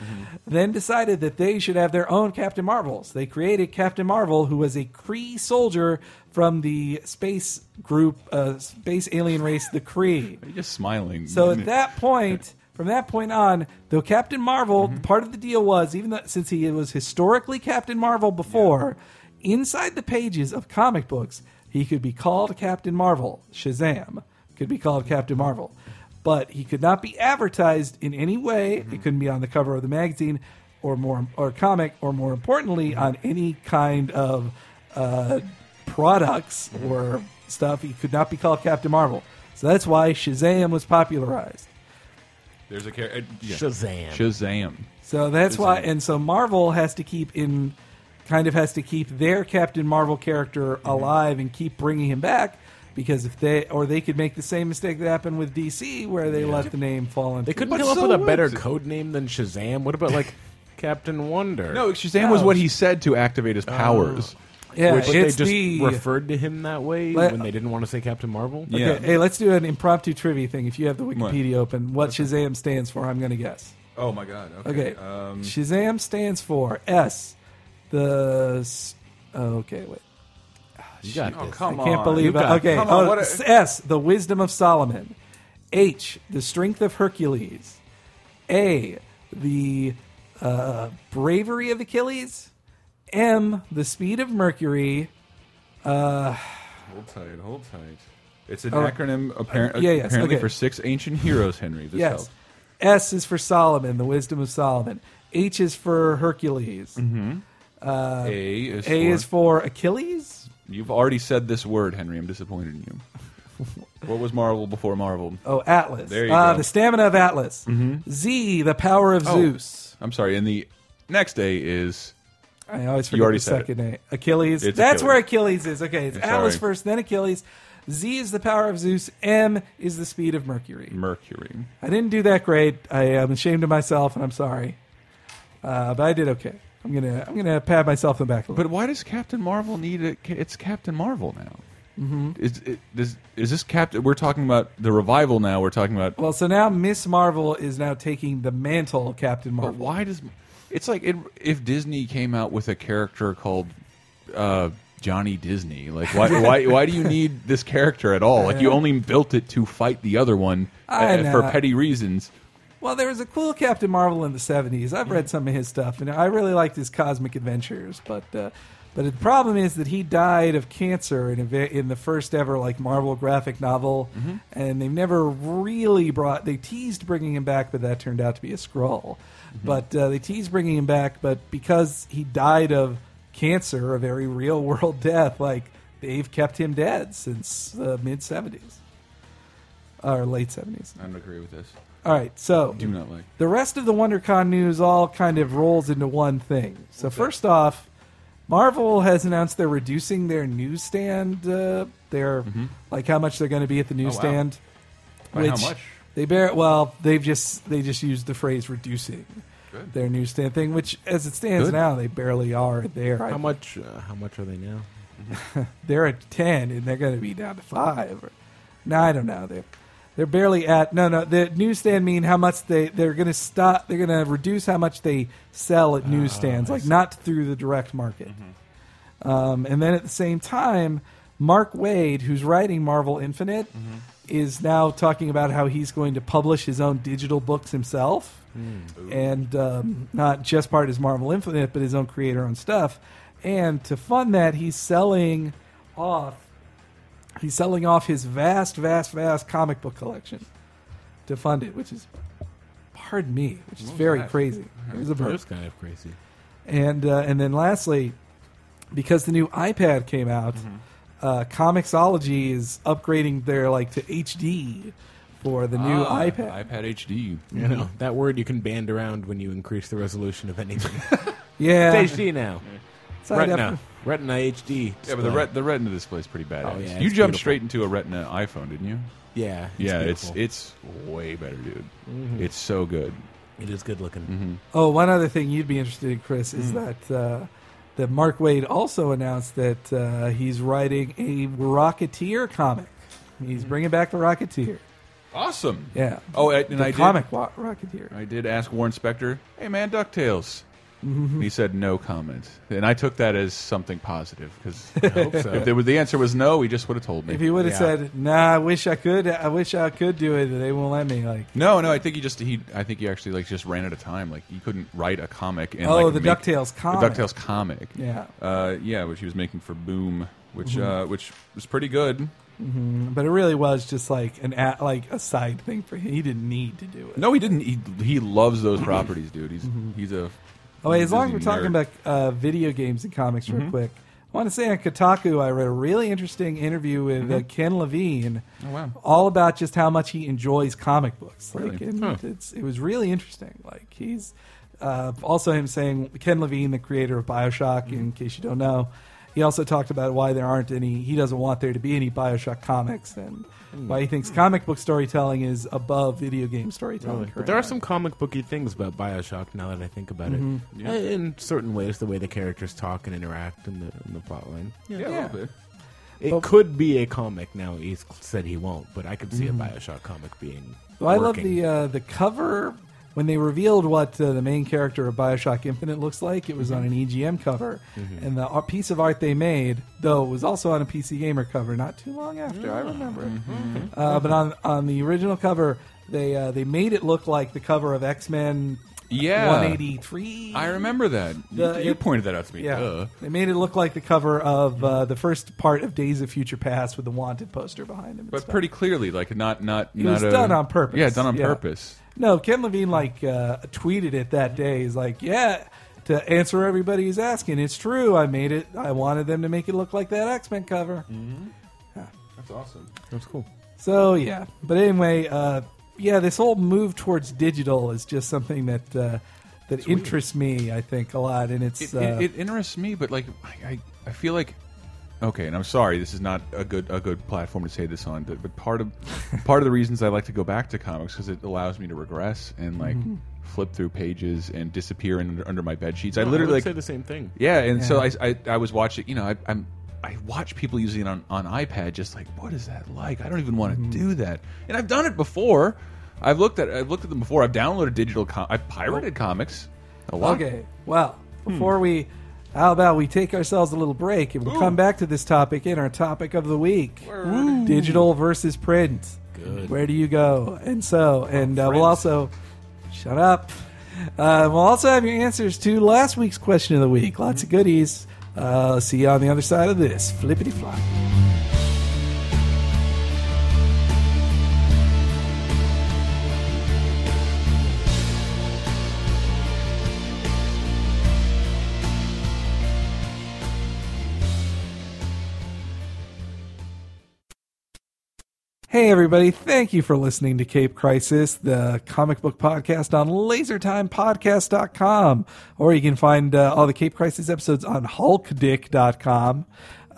[SPEAKER 1] Then decided that they should have their own Captain Marvels. They created Captain Marvel, who was a Kree soldier from the space group, uh, space alien race, the Kree.
[SPEAKER 2] You're just smiling.
[SPEAKER 1] So at that point, from that point on, though Captain Marvel, part of the deal was even though, since he was historically Captain Marvel before, inside the pages of comic books, he could be called Captain Marvel. Shazam could be called Captain Marvel, but he could not be advertised in any way. It couldn't be on the cover of the magazine or more or comic or more importantly on any kind of uh, products or stuff. He could not be called Captain Marvel. So that's why Shazam was popularized.
[SPEAKER 2] There's a uh, character.
[SPEAKER 3] Shazam.
[SPEAKER 2] Shazam.
[SPEAKER 1] So that's why, and so Marvel has to keep in, kind of has to keep their Captain Marvel character
[SPEAKER 3] Mm-hmm.
[SPEAKER 1] alive and keep bringing him back because if they or they could make the same mistake that happened with DC where they let the name fall into
[SPEAKER 3] They couldn't
[SPEAKER 2] But
[SPEAKER 3] come
[SPEAKER 2] so
[SPEAKER 3] up with a
[SPEAKER 2] what?
[SPEAKER 3] better code name than Shazam. What about like Captain Wonder?
[SPEAKER 2] No, Shazam was
[SPEAKER 1] No.
[SPEAKER 2] what he said to activate his powers.
[SPEAKER 1] Yeah,
[SPEAKER 3] Which they
[SPEAKER 1] it's
[SPEAKER 3] just
[SPEAKER 1] the
[SPEAKER 3] referred to him that way
[SPEAKER 1] Let-
[SPEAKER 3] when they didn't want to say Captain Marvel.
[SPEAKER 2] Yeah.
[SPEAKER 1] Okay, hey, let's do an impromptu trivia thing. If you have the Wikipedia open, what Shazam stands for, I'm going to guess.
[SPEAKER 2] Oh my god. Um,
[SPEAKER 1] Okay.
[SPEAKER 3] Um,
[SPEAKER 1] Shazam stands for S. The. s- oh, okay, wait.
[SPEAKER 3] You got
[SPEAKER 2] oh
[SPEAKER 3] this.
[SPEAKER 2] come
[SPEAKER 1] I
[SPEAKER 2] on!
[SPEAKER 1] can't believe
[SPEAKER 3] You
[SPEAKER 1] it.
[SPEAKER 3] got-
[SPEAKER 1] Okay.
[SPEAKER 2] come on,
[SPEAKER 1] oh,
[SPEAKER 2] what a-
[SPEAKER 1] s- S. The wisdom of Solomon. H. The strength of Hercules. A. The uh, bravery of Achilles. M. The speed of Mercury.
[SPEAKER 2] Hold tight. Hold tight. It's an
[SPEAKER 1] Oh.
[SPEAKER 2] acronym apparent,
[SPEAKER 1] Yeah, yes,
[SPEAKER 2] apparently
[SPEAKER 1] okay.
[SPEAKER 2] for six ancient heroes. Henry. This
[SPEAKER 1] Yes.
[SPEAKER 2] helps.
[SPEAKER 1] S is for Solomon, the wisdom of Solomon. H is for Hercules.
[SPEAKER 2] Mm-hmm, A is
[SPEAKER 1] uh, A
[SPEAKER 2] for,
[SPEAKER 1] is for Achilles.
[SPEAKER 2] You've already said this word, Henry. I'm disappointed in you. what was Marvel before Marvel?
[SPEAKER 1] Oh, Atlas.
[SPEAKER 2] There you
[SPEAKER 1] Ah,
[SPEAKER 2] go. Mm-hmm.
[SPEAKER 1] The stamina of Atlas. Z, the power of
[SPEAKER 2] Oh.
[SPEAKER 1] Zeus.
[SPEAKER 2] I'm sorry. And the next A is
[SPEAKER 1] I always forget
[SPEAKER 2] You already
[SPEAKER 1] the
[SPEAKER 2] said it.
[SPEAKER 1] second name. Achilles.
[SPEAKER 2] It's
[SPEAKER 1] That's
[SPEAKER 2] Achilles.
[SPEAKER 1] where Achilles is. Okay, it's
[SPEAKER 2] I'm
[SPEAKER 1] Atlas
[SPEAKER 2] sorry.
[SPEAKER 1] first, then Achilles. Z is the power of Zeus. M is the speed of Mercury.
[SPEAKER 2] Mercury.
[SPEAKER 1] I didn't do that great. I am ashamed of myself, and I'm sorry. Uh, but I did okay. I'm gonna I'm gonna pat myself in the back a little.
[SPEAKER 2] But why does Captain Marvel need it? It's Captain Marvel now. Mm-hmm. Is it, does, is this Captain? We're talking about the revival now. We're talking about.
[SPEAKER 1] well, so now Miss Marvel is now taking the mantle of Captain
[SPEAKER 2] But
[SPEAKER 1] Marvel.
[SPEAKER 2] why does? It's like it, if Disney came out with a character called uh, Johnny Disney. Like why, why why do you need this character at all? Like you only built it to fight the other one
[SPEAKER 1] I
[SPEAKER 2] uh, for
[SPEAKER 1] know.
[SPEAKER 2] petty reasons.
[SPEAKER 1] Well, there was a cool Captain Marvel in the '70s. I've read some of his stuff, and I really liked his cosmic adventures. But uh, but the problem is that he died of cancer in a, ve- in the first ever like Marvel graphic novel, and they've never really brought. They teased bringing him back, but that turned out to be a scroll. But uh, they teased bringing him back, but because he died of cancer, a very real world death, like they've kept him dead since the mid '70s or late '70s.
[SPEAKER 2] I don't agree with this.
[SPEAKER 1] All right, so
[SPEAKER 2] Do not like.
[SPEAKER 1] the rest of the WonderCon news all kind of rolls into one thing. So first off, Marvel has announced they're reducing their newsstand, uh, their like how much they're going to be at the newsstand.
[SPEAKER 2] Mm-hmm. Oh, By how much?
[SPEAKER 1] They bear well. They've just they just used the phrase reducing
[SPEAKER 2] Good.
[SPEAKER 1] their newsstand thing, which as it stands
[SPEAKER 2] Good.
[SPEAKER 1] now, they barely are there. I
[SPEAKER 3] How
[SPEAKER 1] think.
[SPEAKER 3] much? Uh, how much are they now?
[SPEAKER 1] they're at ten and they're going to be down to five. Or, no, I don't know. They're they're barely at no no. The newsstand mean how much they they're going to stop. They're going to reduce how much they sell at newsstands, like not through the direct market. Um, and then at the same time, Mark Wade, who's writing Marvel Infinite, is now talking about how he's going to publish his own digital books himself, and um, not just part of his Marvel Infinite, but his own creator-owned stuff. And to fund that, he's selling off he's selling off his vast, vast, vast comic book collection to fund it, which is pardon me, which is very
[SPEAKER 2] that?
[SPEAKER 1] crazy. There's a burp.
[SPEAKER 3] That's kind of crazy.
[SPEAKER 1] And uh, and then lastly, because the new iPad came out,
[SPEAKER 2] Mm-hmm.
[SPEAKER 1] uh, Comixology is upgrading their like to HD for the new
[SPEAKER 2] Ah,
[SPEAKER 1] iPad.
[SPEAKER 2] iPad HD.
[SPEAKER 3] You know that word you can band around when you increase the resolution of anything.
[SPEAKER 1] yeah,
[SPEAKER 3] it's HD now.
[SPEAKER 1] So I'd have
[SPEAKER 3] Retina. Retina HD.
[SPEAKER 2] Yeah, but the, ret- the Retina display is pretty badass.
[SPEAKER 3] Oh, yeah,
[SPEAKER 2] you
[SPEAKER 3] it's
[SPEAKER 2] jumped
[SPEAKER 3] beautiful.
[SPEAKER 2] straight into a Retina iPhone, didn't you?
[SPEAKER 3] Yeah.
[SPEAKER 2] yeah,
[SPEAKER 3] beautiful.
[SPEAKER 2] it's it's way better, dude. It's so good.
[SPEAKER 3] It is good looking.
[SPEAKER 2] Mm-hmm.
[SPEAKER 1] to- oh, one other thing you'd be interested in, Chris,
[SPEAKER 2] Mm.
[SPEAKER 1] is that uh, that Mark Wade also announced that uh, he's writing a Rocketeer comic.
[SPEAKER 2] Mm.
[SPEAKER 1] He's bringing back the Rocketeer.
[SPEAKER 2] Awesome.
[SPEAKER 1] Yeah.
[SPEAKER 2] Oh, and, and
[SPEAKER 1] the
[SPEAKER 2] I did,
[SPEAKER 1] comic wa- Rocketeer.
[SPEAKER 2] I did ask Warren Spector, "Hey, man, Ducktales." And he said no comment, and I took that as something positive because
[SPEAKER 3] I hope so.
[SPEAKER 2] if there was, the answer was no, he just would have told me.
[SPEAKER 1] If he would have
[SPEAKER 3] Yeah.
[SPEAKER 1] said, "Nah, I wish I could. I wish I could do it. but They won't let me." Like,
[SPEAKER 2] no, no, I think he just he I think he actually like just ran out of time. Like he couldn't write a comic. And,
[SPEAKER 1] oh,
[SPEAKER 2] like,
[SPEAKER 1] the
[SPEAKER 2] make-
[SPEAKER 1] Ducktales comic.
[SPEAKER 2] The Ducktales comic.
[SPEAKER 1] Yeah, Mm-hmm.
[SPEAKER 2] Uh, yeah, which he was making for Boom, which uh, which was pretty good.
[SPEAKER 1] but it really was just like an a like a side thing for him. He didn't need to do it.
[SPEAKER 2] No, he didn't. He he loves
[SPEAKER 1] Mm-hmm.
[SPEAKER 2] those properties, dude. He's he's a.
[SPEAKER 1] Oh, wait, as long as
[SPEAKER 2] Disney
[SPEAKER 1] we're talking
[SPEAKER 2] nerd. Mm-hmm.
[SPEAKER 1] about uh, video games and comics, real quick, I want to say on Kotaku, I read a really interesting interview with
[SPEAKER 2] Mm-hmm.
[SPEAKER 1] uh, Ken Levine.
[SPEAKER 2] Oh, wow.
[SPEAKER 1] All about just how much he enjoys comic books. Like,
[SPEAKER 2] Really?
[SPEAKER 1] and
[SPEAKER 3] Huh.
[SPEAKER 1] it's, it was really interesting. Like
[SPEAKER 3] Mm-hmm.
[SPEAKER 1] he's uh, also him saying Ken Levine, the creator of Bioshock, in case you don't know, He also talked about why there aren't any. He doesn't want there to be any Bioshock comics, and
[SPEAKER 3] Mm.
[SPEAKER 1] why he thinks comic book storytelling is above video game storytelling.
[SPEAKER 3] But there are
[SPEAKER 1] currently.
[SPEAKER 3] some comic booky things about Bioshock now that I think about it.
[SPEAKER 1] Mm-hmm.
[SPEAKER 3] Uh, In certain ways, the way the characters talk and interact in the, in the plot line.
[SPEAKER 2] Yeah, a
[SPEAKER 1] Yeah.
[SPEAKER 2] little bit.
[SPEAKER 3] It could be a comic now. He said he won't, but I could see a Bioshock comic being.
[SPEAKER 1] Mm-hmm. Well, I love
[SPEAKER 3] working.
[SPEAKER 1] the uh, the cover when they revealed what uh, the main character of Bioshock Infinite looks like. It was on
[SPEAKER 2] Mm-hmm.
[SPEAKER 1] an EGM cover, and the ar- piece of art they made, though, was also on a PC Gamer cover not too long after.
[SPEAKER 2] Mm-hmm.
[SPEAKER 1] I remember it. Uh, but on on the original cover, they uh, they made it look like the cover of X Men.
[SPEAKER 2] Yeah.
[SPEAKER 1] 183.
[SPEAKER 2] I remember that.
[SPEAKER 1] The-
[SPEAKER 2] you, you pointed that out to me.
[SPEAKER 1] Yeah,
[SPEAKER 2] Duh.
[SPEAKER 1] they made it look like the cover of uh, the first part of Days of Future Past with the Wanted poster behind him. and
[SPEAKER 2] But
[SPEAKER 1] stuff.
[SPEAKER 2] pretty clearly, like not not
[SPEAKER 1] It
[SPEAKER 2] not
[SPEAKER 1] was
[SPEAKER 2] a-
[SPEAKER 1] done on purpose.
[SPEAKER 2] Yeah, done on
[SPEAKER 1] Yeah.
[SPEAKER 2] purpose.
[SPEAKER 1] No, Ken Levine like uh, tweeted it that day. He's like, "Yeah, to answer everybody who's asking, it's true. I made it. I wanted them to make it look like that X Men cover."
[SPEAKER 2] Mm-hmm. That's awesome.
[SPEAKER 3] That's cool.
[SPEAKER 1] So yeah, but anyway, uh, yeah, this whole move towards digital is just something that uh, that interests me. I think a lot, and it's
[SPEAKER 2] It,
[SPEAKER 1] uh,
[SPEAKER 2] it, it interests me, but like I, I, I feel like okay, and I'm sorry, this is not a good a good platform to say this on, but, but part of part of the reasons I like to go back to comics because it allows me to regress and like
[SPEAKER 1] Mm-hmm.
[SPEAKER 2] flip through pages and disappear in, under, under my bed sheets. I literally
[SPEAKER 3] would
[SPEAKER 2] like
[SPEAKER 3] say the same thing.
[SPEAKER 2] Yeah, and so
[SPEAKER 1] Yeah.
[SPEAKER 2] I, I I was watching. You know, I, I'm I watch people using it on on iPad. Just like, what is that like? I don't even want to
[SPEAKER 1] Mm-hmm.
[SPEAKER 2] do that. And I've done it before. I've looked at I've looked at them before. I've downloaded digital. Com- I've pirated comics. A lot.
[SPEAKER 1] Oh. okay. Well,
[SPEAKER 2] Hmm.
[SPEAKER 1] before we, how about we take ourselves a little break and we'll
[SPEAKER 2] Ooh.
[SPEAKER 1] come back to this topic in our topic of the week:
[SPEAKER 2] Word.
[SPEAKER 1] digital versus print.
[SPEAKER 3] Good.
[SPEAKER 1] Where do you go? And so, and uh, we'll also shut up. Uh, we'll also have your answers to last week's question of the week. Lots of goodies. Uh, see you on the other side of this. Flippity flop. Hey, everybody. Thank you for listening to Cape Crisis, the comic book podcast on lasertimepodcast.com. Or you can find uh, all the Cape Crisis episodes on hulkdick.com.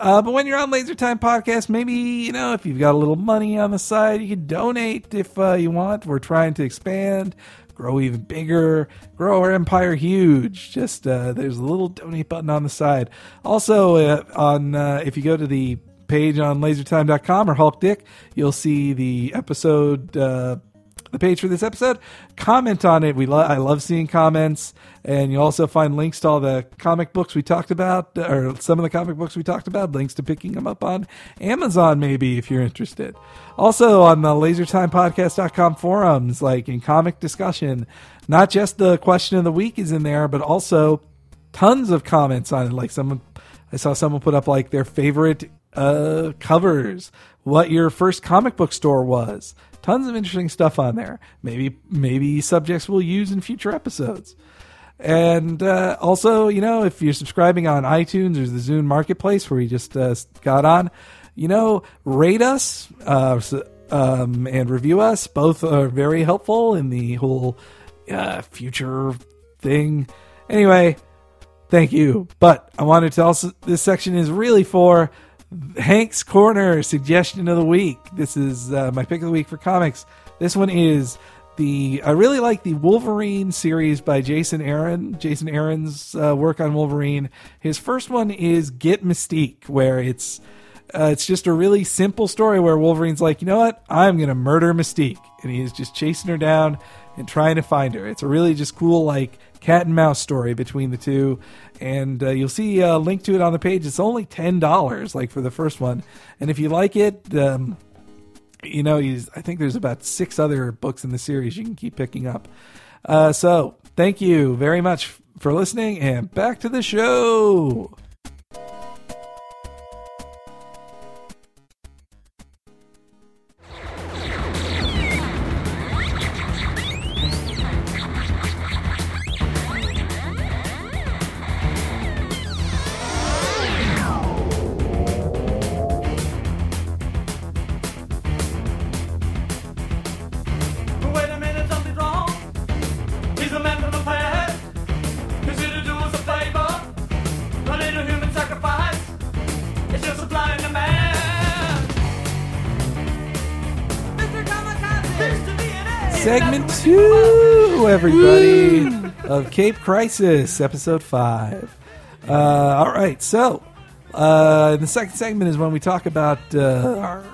[SPEAKER 1] Uh, but when you're on Lasertime Podcast, maybe, you know, if you've got a little money on the side, you can donate if uh, you want. We're trying to expand grow even bigger, grow our empire huge. Just uh, there's a little donate button on the side. Also, uh, on uh, if you go to the page on lasertime.com or Hulk Dick, you'll see the episode. Uh, the page for this episode. Comment on it. We lo- I love seeing comments, and you also find links to all the comic books we talked about, or some of the comic books we talked about. Links to picking them up on Amazon, maybe if you're interested. Also on the LaserTimePodcast.com forums, like in comic discussion, not just the question of the week is in there, but also tons of comments on it. Like someone, I saw someone put up like their favorite uh, covers, what your first comic book store was. Tons of interesting stuff on there. Maybe maybe subjects we'll use in future episodes. And uh, also, you know, if you're subscribing on iTunes or the Zune Marketplace, where we just uh, got on, you know, rate us uh, s- um, and review us. Both are very helpful in the whole uh, future thing. Anyway, Thank you. But I wanted to also, this section is really for Hank's Corner suggestion of the week. This is uh, my pick of the week for comics. This one is the, I really like the Wolverine series by Jason Aaron. Jason Aaron's uh, work on Wolverine. His first one is Get Mystique, where it's, uh, it's just a really simple story where Wolverine's like, you know what? I'm going to murder Mystique. And he is just chasing her down and trying to find her. It's a really just cool, like, cat and mouse story between the two. And uh, you'll see a link to it on the page. It's only $10, like, for the first one. And if you like it, um, you know, he's, I think there's about six other books in the series you can keep picking up. Uh, so, thank you very much for listening, and back to the show.
[SPEAKER 4] Wait a minute, something's wrong. He's a man from the past. He's here to do us a favor. A little
[SPEAKER 1] segment two, everybody, of Cape Crisis, episode five. Uh, all right, so uh, the second segment is when we talk about uh, our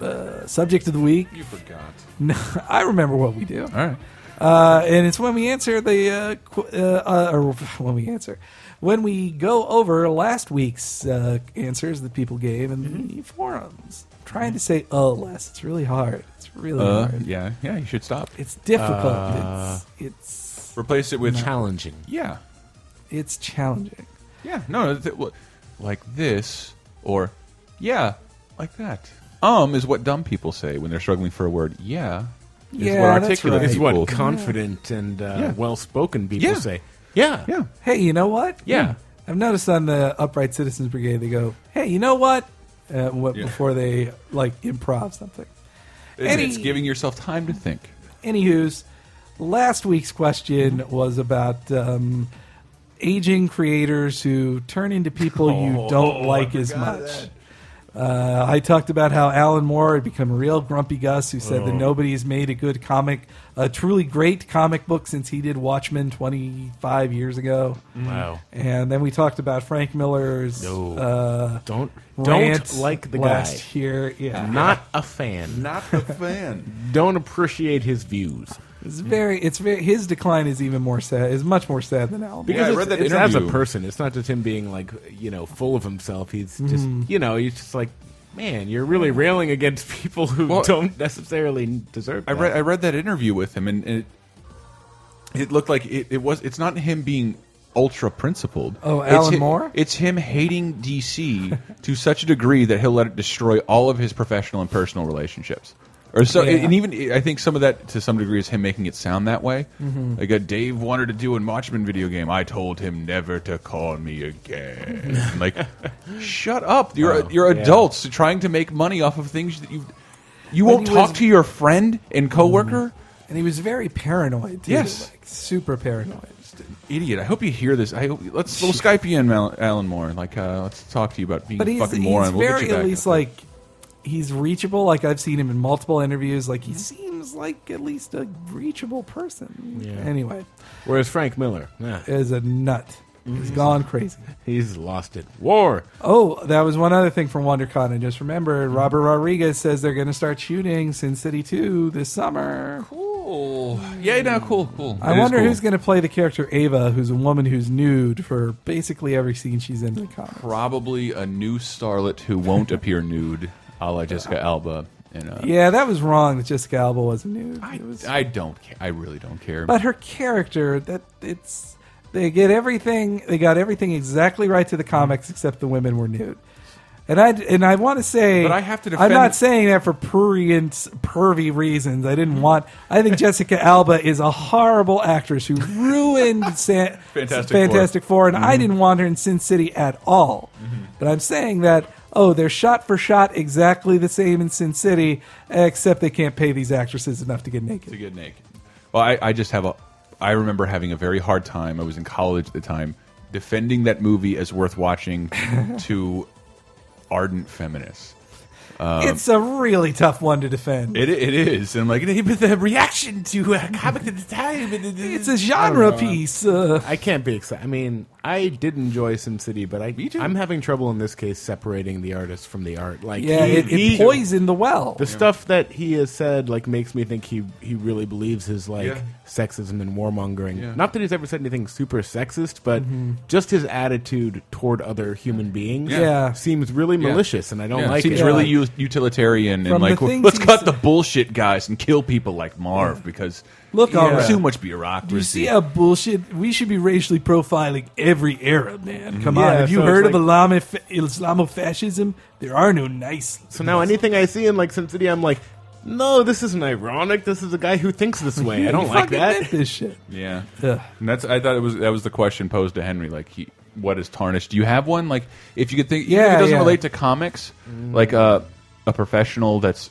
[SPEAKER 1] uh, subject of the week.
[SPEAKER 2] You forgot.
[SPEAKER 1] I remember what we do.
[SPEAKER 2] All right.
[SPEAKER 1] Uh, and it's when we answer the uh, qu- uh, uh, or when we answer when we go over last week's uh, answers that people gave in the forums. I'm trying to say "uh" less. It's really hard. It's really
[SPEAKER 2] Uh,
[SPEAKER 1] hard.
[SPEAKER 2] yeah, yeah. You should stop.
[SPEAKER 1] It's difficult.
[SPEAKER 3] Uh,
[SPEAKER 1] it's it's
[SPEAKER 2] Replace it with
[SPEAKER 3] challenging.
[SPEAKER 2] yeah,
[SPEAKER 1] it's challenging.
[SPEAKER 2] yeah. No, th- well, like this or yeah, like that. Um is what dumb people say when they're struggling for a word. Yeah, is
[SPEAKER 1] Yeah,
[SPEAKER 2] what
[SPEAKER 1] that's
[SPEAKER 2] articulate
[SPEAKER 1] right.
[SPEAKER 3] It's
[SPEAKER 2] people.
[SPEAKER 3] what confident and uh,
[SPEAKER 2] Yeah.
[SPEAKER 3] well-spoken people
[SPEAKER 2] Yeah.
[SPEAKER 3] say. Yeah.
[SPEAKER 2] yeah,
[SPEAKER 1] Hey, you know what?
[SPEAKER 3] Yeah.
[SPEAKER 1] I've noticed on the Upright Citizens Brigade they go, "Hey, you know what?" Uh, what
[SPEAKER 2] Yeah.
[SPEAKER 1] before they like improv something.
[SPEAKER 2] It's-
[SPEAKER 1] Any-
[SPEAKER 2] it's giving yourself time to think.
[SPEAKER 1] Anywho's, last week's question
[SPEAKER 3] Mm-hmm.
[SPEAKER 1] was about um, aging creators who turn into people
[SPEAKER 3] Oh,
[SPEAKER 1] you don't like as much. Uh, I talked about how Alan Moore had become a real grumpy Gus, who said
[SPEAKER 3] Oh.
[SPEAKER 1] that nobody's made a good comic, a truly great comic book since he did Watchmen 25 years ago.
[SPEAKER 3] Wow.
[SPEAKER 1] And then we talked about Frank Miller's
[SPEAKER 3] Mm. No.
[SPEAKER 1] uh,
[SPEAKER 3] Don't
[SPEAKER 1] rant
[SPEAKER 3] don't like the guy.
[SPEAKER 1] last year. Yeah,
[SPEAKER 3] Not a fan.
[SPEAKER 2] Not the fan.
[SPEAKER 3] Don't appreciate his views.
[SPEAKER 1] It's very, it's very. His decline is even more sad. Is much more sad than Alan.
[SPEAKER 2] Yeah, I
[SPEAKER 3] it's,
[SPEAKER 2] read that
[SPEAKER 3] it's as a
[SPEAKER 2] interview.
[SPEAKER 3] person. It's not just him being like you know full of himself. He's just
[SPEAKER 2] Mm.
[SPEAKER 3] you know he's just like man. You're really railing against people who
[SPEAKER 2] Well,
[SPEAKER 3] don't necessarily deserve.
[SPEAKER 2] I
[SPEAKER 3] that."
[SPEAKER 2] read I read that interview with him, and it it looked like it, it was. It's not him being ultra principled.
[SPEAKER 1] Oh,
[SPEAKER 2] It's
[SPEAKER 1] Alan
[SPEAKER 2] hi-
[SPEAKER 1] Moore?
[SPEAKER 2] It's him hating DC to such a degree that he'll let it destroy all of his professional and personal relationships. Or so,
[SPEAKER 1] Yeah.
[SPEAKER 2] and even I think some of that to some degree is him making it sound that way.
[SPEAKER 1] Mm-hmm.
[SPEAKER 2] Like a Dave wanted to do in Watchmen video game. I told him never to call me again. like, shut up! You're
[SPEAKER 3] Oh,
[SPEAKER 2] you're
[SPEAKER 3] yeah.
[SPEAKER 2] adults trying to make money off of things that you you
[SPEAKER 1] When
[SPEAKER 2] won't
[SPEAKER 1] he
[SPEAKER 2] talk
[SPEAKER 1] was-
[SPEAKER 2] to your friend and coworker.
[SPEAKER 1] And he was very paranoid. Too.
[SPEAKER 2] Yes.
[SPEAKER 1] like, super paranoid.
[SPEAKER 2] Mm. idiot. I hope you hear this. I hope let's we'll Skype you in, Mal- Alan Moore. Like, uh, let's talk to you about being
[SPEAKER 1] But
[SPEAKER 2] a
[SPEAKER 1] he's,
[SPEAKER 2] fucking
[SPEAKER 1] he's
[SPEAKER 2] moron. we'll
[SPEAKER 1] very
[SPEAKER 2] get you back.
[SPEAKER 1] at least like he's reachable. Like I've seen him in multiple interviews. Like he seems like at least a reachable person.
[SPEAKER 3] Yeah.
[SPEAKER 1] Anyway,
[SPEAKER 3] Whereas Frank Miller, nah,
[SPEAKER 1] is a nut. He's
[SPEAKER 2] Mm-hmm.
[SPEAKER 1] gone crazy.
[SPEAKER 3] he's lost it. War.
[SPEAKER 1] Oh, that was one other thing from WonderCon. I just remembered. Robert Rodriguez says they're going to start shooting Sin City 2 this summer.
[SPEAKER 2] cool. Yeah, no, cool, cool.
[SPEAKER 1] I wonder who's going to play the character Ava, who's a woman who's nude for basically every scene she's in in the comic.
[SPEAKER 2] probably a new starlet who won't appear nude, a la Jessica Alba. And uh,
[SPEAKER 1] Yeah, that was wrong that Jessica Alba wasn't nude.
[SPEAKER 2] I,
[SPEAKER 1] It was-
[SPEAKER 2] I don't. Care. I really don't care.
[SPEAKER 1] but her character, that it's they get everything. They got everything exactly right to the comics, except the women were nude. And I and I want to say,
[SPEAKER 2] But I have to
[SPEAKER 1] I'm
[SPEAKER 2] defend-
[SPEAKER 1] not saying that for prurient, pervy reasons. I didn't want. I think Jessica Alba is a horrible actress who ruined San,
[SPEAKER 2] Fantastic Mm-hmm.
[SPEAKER 1] Fantastic Four, and I didn't want her in Sin City at all. But I'm saying that oh, they're shot for shot exactly the same in Sin City, except they can't pay these actresses enough to get naked.
[SPEAKER 2] to get naked. Well, I, I just have a. I remember having a very hard time. I was in college at the time, defending that movie as worth watching to ardent feminists.
[SPEAKER 3] Um,
[SPEAKER 1] it's a really tough one to defend.
[SPEAKER 2] It, it is, and like the reaction
[SPEAKER 1] uh,
[SPEAKER 2] to a comic at the time.
[SPEAKER 1] it's a genre piece. Uh,
[SPEAKER 3] I can't be excited. I mean, I did enjoy Sin City, but I
[SPEAKER 2] too.
[SPEAKER 3] I'm having trouble in this case separating the artist from the art. Like
[SPEAKER 1] yeah,
[SPEAKER 3] he-
[SPEAKER 1] it, it
[SPEAKER 3] he-
[SPEAKER 1] poisoned the well.
[SPEAKER 3] The stuff that he has said like makes me think he he really believes his like
[SPEAKER 2] Yeah.
[SPEAKER 3] sexism and warmongering.
[SPEAKER 2] Yeah.
[SPEAKER 3] Not that he's ever said anything super sexist, but just his attitude toward other human beings
[SPEAKER 1] Yeah. Yeah.
[SPEAKER 3] seems really malicious and I don't
[SPEAKER 2] Yeah,
[SPEAKER 3] like
[SPEAKER 2] seems
[SPEAKER 3] it.
[SPEAKER 2] really u- utilitarian
[SPEAKER 1] From
[SPEAKER 2] and like
[SPEAKER 1] the things
[SPEAKER 2] let's
[SPEAKER 1] he
[SPEAKER 2] cut
[SPEAKER 1] said-
[SPEAKER 2] the bullshit guys and kill people like Marv because
[SPEAKER 1] Look,
[SPEAKER 2] yeah,
[SPEAKER 1] alright.
[SPEAKER 2] too much
[SPEAKER 1] Do
[SPEAKER 2] bureaucracy.
[SPEAKER 1] you see how bullshit? We should be racially profiling every era, man. Come on,
[SPEAKER 3] Mm-hmm. Yeah,
[SPEAKER 1] have you
[SPEAKER 3] so it's
[SPEAKER 1] heard of
[SPEAKER 3] like-
[SPEAKER 1] Islamif- Islamofascism? There are no nice.
[SPEAKER 3] So now anything I see in like Sin City I'm like, no, this isn't ironic. This is a guy who thinks this way. I don't
[SPEAKER 1] You
[SPEAKER 3] like
[SPEAKER 1] fucking
[SPEAKER 3] that.
[SPEAKER 1] meant This shit.
[SPEAKER 2] yeah,
[SPEAKER 1] Ugh.
[SPEAKER 2] and that's I thought it was that was the question posed to Henry like he what is tarnished? Do you have one? Like if you could think, even if
[SPEAKER 1] Yeah,
[SPEAKER 2] it doesn't
[SPEAKER 1] yeah.
[SPEAKER 2] relate to comics, like uh, a professional that's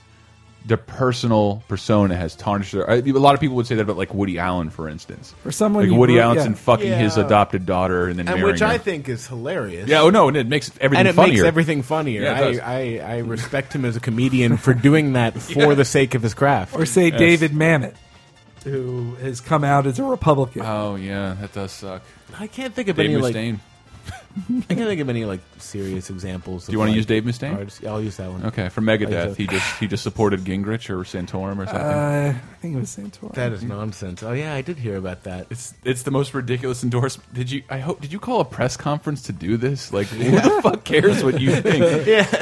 [SPEAKER 2] their personal persona has tarnished their. I, a lot of people would say that about like Woody Allen, for instance,
[SPEAKER 1] Or someone you
[SPEAKER 2] like Woody
[SPEAKER 1] grew-
[SPEAKER 2] Allen's
[SPEAKER 1] yeah.
[SPEAKER 2] and fucking his
[SPEAKER 3] Yeah.
[SPEAKER 2] adopted daughter and then
[SPEAKER 3] And
[SPEAKER 2] marrying
[SPEAKER 3] which I
[SPEAKER 2] her.
[SPEAKER 3] think is hilarious.
[SPEAKER 2] yeah, oh no, and it makes everything
[SPEAKER 3] and it
[SPEAKER 2] funnier.
[SPEAKER 3] makes everything funnier.
[SPEAKER 2] Yeah, it does.
[SPEAKER 3] I, I, I respect him as a comedian for doing that for the sake of his craft.
[SPEAKER 1] Or say David Mamet. who has come out as a Republican.
[SPEAKER 3] Uh,
[SPEAKER 2] Oh yeah, that does suck.
[SPEAKER 3] I can't think of
[SPEAKER 2] Dave
[SPEAKER 3] any
[SPEAKER 2] Mustaine.
[SPEAKER 3] like I can't think of any like serious examples.
[SPEAKER 2] Do you want to use Dave Mustaine?
[SPEAKER 3] Mustaine? I'll use that one.
[SPEAKER 2] Okay, for
[SPEAKER 3] I
[SPEAKER 2] Megadeth,
[SPEAKER 3] do.
[SPEAKER 2] he just he just supported Gingrich or Santorum or something.
[SPEAKER 1] Uh, I think it was Santorum.
[SPEAKER 3] That is nonsense. Oh yeah, I did hear about that.
[SPEAKER 2] it's it's the most ridiculous endorsement. Did you? I hope. Did you call a press conference to do this? Like, who the fuck cares what you think?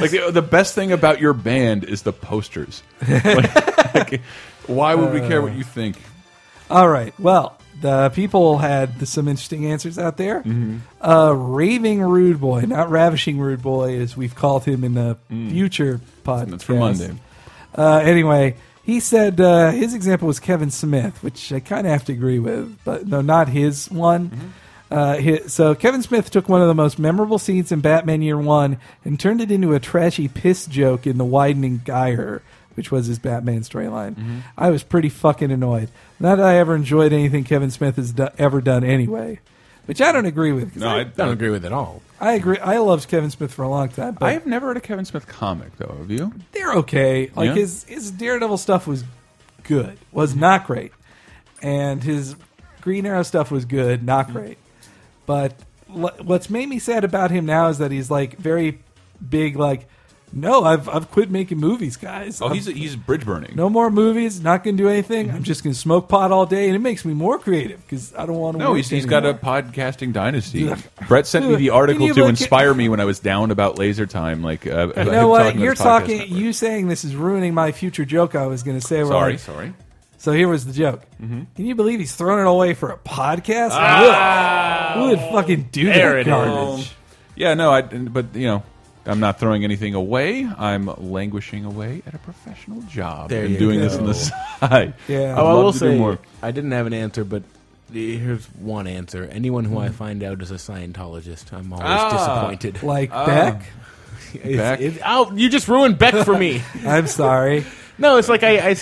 [SPEAKER 2] Like, the, the best thing about your band is the posters. Like, like, why would we care what you think?
[SPEAKER 1] All right. Well, the people had the- some interesting answers out there.
[SPEAKER 2] Mm-hmm.
[SPEAKER 1] Uh, raving rude boy, not ravishing rude boy, as we've called him in the future podcast.
[SPEAKER 2] Mm. That's for Monday.
[SPEAKER 1] Uh, anyway, he said uh, his example was Kevin Smith, which I kind of have to agree with, but no, not his one.
[SPEAKER 2] Mm-hmm.
[SPEAKER 1] Uh, hi- so Kevin Smith took one of the most memorable scenes in Batman Year One and turned it into a trashy piss joke in The Widening Gyre, which was his Batman storyline.
[SPEAKER 2] Mm-hmm.
[SPEAKER 1] I was pretty fucking annoyed. Not that I ever enjoyed anything Kevin Smith has do- ever done anyway, which I don't agree with. 'cause
[SPEAKER 2] No,
[SPEAKER 1] I,
[SPEAKER 2] I,
[SPEAKER 3] I don't agree with it at all.
[SPEAKER 1] I agree. I loved Kevin Smith for a long time, but
[SPEAKER 2] I have never read a Kevin Smith comic though. Have you?
[SPEAKER 1] they're okay. Like
[SPEAKER 2] Yeah.
[SPEAKER 1] his his Daredevil stuff was good, was not great, and his Green Arrow stuff was good,
[SPEAKER 2] Mm.
[SPEAKER 1] not great. But l- what's made me sad about him now is that he's like very big. Like, no, I've I've quit making movies, guys.
[SPEAKER 2] Oh,
[SPEAKER 1] I'm-
[SPEAKER 2] he's Mm-hmm. he's bridge burning.
[SPEAKER 1] no more movies. Not going to do anything. I'm just going to smoke pot all day, and it makes me more creative because I don't want to.
[SPEAKER 2] No,
[SPEAKER 1] work
[SPEAKER 2] he's, he's got a
[SPEAKER 1] anymore.
[SPEAKER 2] podcasting dynasty. Brett sent me the
[SPEAKER 1] Dude,
[SPEAKER 2] article
[SPEAKER 1] can you
[SPEAKER 2] to
[SPEAKER 1] look at-
[SPEAKER 2] inspire me when I was down about laser time. Like, uh, him
[SPEAKER 1] You know what?
[SPEAKER 2] talking about
[SPEAKER 1] You're
[SPEAKER 2] his podcast
[SPEAKER 1] talking.
[SPEAKER 2] network.
[SPEAKER 1] You saying this is ruining my future joke. I was going to say. where,
[SPEAKER 2] Sorry,
[SPEAKER 1] like,
[SPEAKER 2] sorry.
[SPEAKER 1] So here was the joke.
[SPEAKER 3] Mm-hmm.
[SPEAKER 1] Can you believe he's throwing it away for a podcast? Who would fucking do
[SPEAKER 3] Ah. There
[SPEAKER 1] that
[SPEAKER 3] it
[SPEAKER 1] garbage?
[SPEAKER 2] Yeah, no, I. But you know, I'm not throwing anything away. I'm languishing away at a professional job
[SPEAKER 3] There
[SPEAKER 2] and
[SPEAKER 3] you
[SPEAKER 2] doing this on the
[SPEAKER 3] go.
[SPEAKER 2] side.
[SPEAKER 1] Yeah.
[SPEAKER 2] I'd
[SPEAKER 1] Oh,
[SPEAKER 3] Oh, I
[SPEAKER 2] love
[SPEAKER 3] will
[SPEAKER 2] to do
[SPEAKER 3] say
[SPEAKER 2] more.
[SPEAKER 3] I didn't have an answer, but here's one answer. Anyone who I find out is a Scientologist, I'm always
[SPEAKER 2] Mm-hmm. Ah.
[SPEAKER 3] disappointed.
[SPEAKER 1] Like Beck?
[SPEAKER 3] It's-
[SPEAKER 2] Beck.
[SPEAKER 3] it- oh, you just ruined Beck for me.
[SPEAKER 1] I'm sorry.
[SPEAKER 3] no, it's like I, I,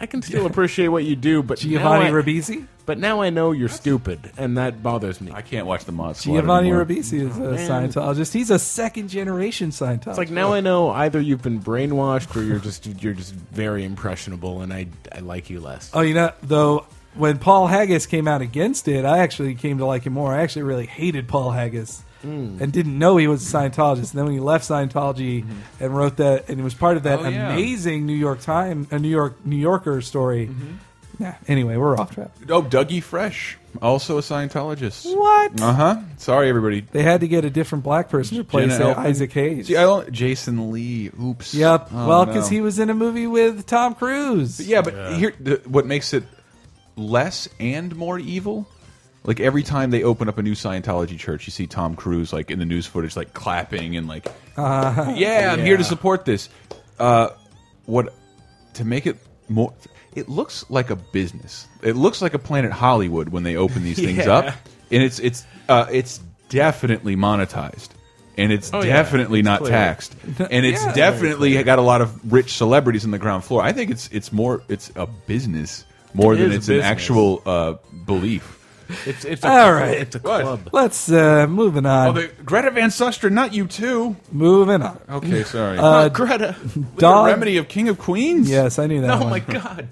[SPEAKER 3] I can still appreciate what you do, but
[SPEAKER 1] Giovanni
[SPEAKER 3] now I,
[SPEAKER 1] Ribisi?
[SPEAKER 3] but now I know you're stupid, and that bothers me.
[SPEAKER 2] I can't watch the mods.
[SPEAKER 1] Giovanni Ribisi is a
[SPEAKER 3] Oh, man.
[SPEAKER 1] Scientologist. He's a second generation Scientologist.
[SPEAKER 3] It's like now I know either you've been brainwashed or you're just you're just very impressionable, and I I like you less.
[SPEAKER 1] oh, you know, though, when Paul Haggis came out against it, I actually came to like him more. I actually really hated Paul Haggis
[SPEAKER 2] Mm.
[SPEAKER 1] and didn't know he was a Scientologist. And then when he left Scientology and wrote that, and it was part of that
[SPEAKER 2] Mm-hmm. Oh, yeah.
[SPEAKER 1] amazing New York Time, a New York New Yorker story.
[SPEAKER 2] Mm-hmm.
[SPEAKER 1] Nah, anyway, we're off track.
[SPEAKER 2] Oh, Dougie Fresh, also a Scientologist.
[SPEAKER 1] What?
[SPEAKER 2] Uh huh. Sorry, everybody.
[SPEAKER 1] They had to get a different black person to play
[SPEAKER 2] Jenna
[SPEAKER 1] say,
[SPEAKER 2] Elfman.
[SPEAKER 1] Isaac Hayes.
[SPEAKER 2] See, I don't, Jason Lee. Oops.
[SPEAKER 1] yep.
[SPEAKER 2] Oh,
[SPEAKER 1] well, because
[SPEAKER 2] no.
[SPEAKER 1] he was in a movie with Tom Cruise.
[SPEAKER 2] Yeah, but here, the, what makes it less and more evil? Like every time they open up a new Scientology church, you see Tom Cruise like in the news footage, like clapping and like, yeah, I'm here to support this. Uh, what to make it more? It looks like a business. It looks like a Planet Hollywood when they open these things
[SPEAKER 3] Yeah.
[SPEAKER 2] up, and it's it's uh, it's definitely monetized, and it's
[SPEAKER 3] Oh, yeah.
[SPEAKER 2] definitely
[SPEAKER 3] It's
[SPEAKER 2] not
[SPEAKER 3] clear.
[SPEAKER 2] taxed, and it's
[SPEAKER 1] Yeah.
[SPEAKER 2] definitely got a lot of rich celebrities on the ground floor. I think it's it's more it's a business more
[SPEAKER 3] It
[SPEAKER 2] than
[SPEAKER 3] is a
[SPEAKER 2] it's an
[SPEAKER 3] business.
[SPEAKER 2] actual uh, belief.
[SPEAKER 3] It's it's a,
[SPEAKER 1] All right.
[SPEAKER 3] It's a
[SPEAKER 2] What?
[SPEAKER 3] club.
[SPEAKER 1] Let's uh, moving on.
[SPEAKER 2] Oh, the, Greta Van Susteren, not you too.
[SPEAKER 1] moving on.
[SPEAKER 2] Okay, sorry.
[SPEAKER 1] Uh,
[SPEAKER 3] Not Greta.
[SPEAKER 1] Don-
[SPEAKER 2] the remedy of King of Queens.
[SPEAKER 1] Yes, I knew that.
[SPEAKER 3] Oh
[SPEAKER 1] one.
[SPEAKER 3] my god.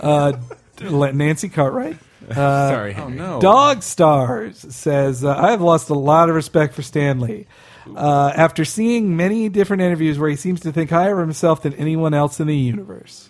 [SPEAKER 1] Uh, La- Nancy Cartwright. Uh,
[SPEAKER 3] Sorry.
[SPEAKER 2] Oh
[SPEAKER 3] Henry.
[SPEAKER 2] no.
[SPEAKER 1] Dog Stars says, uh, I've lost a lot of respect for Stanley. Uh, after seeing many different interviews where he seems to think higher of himself than anyone else in the universe.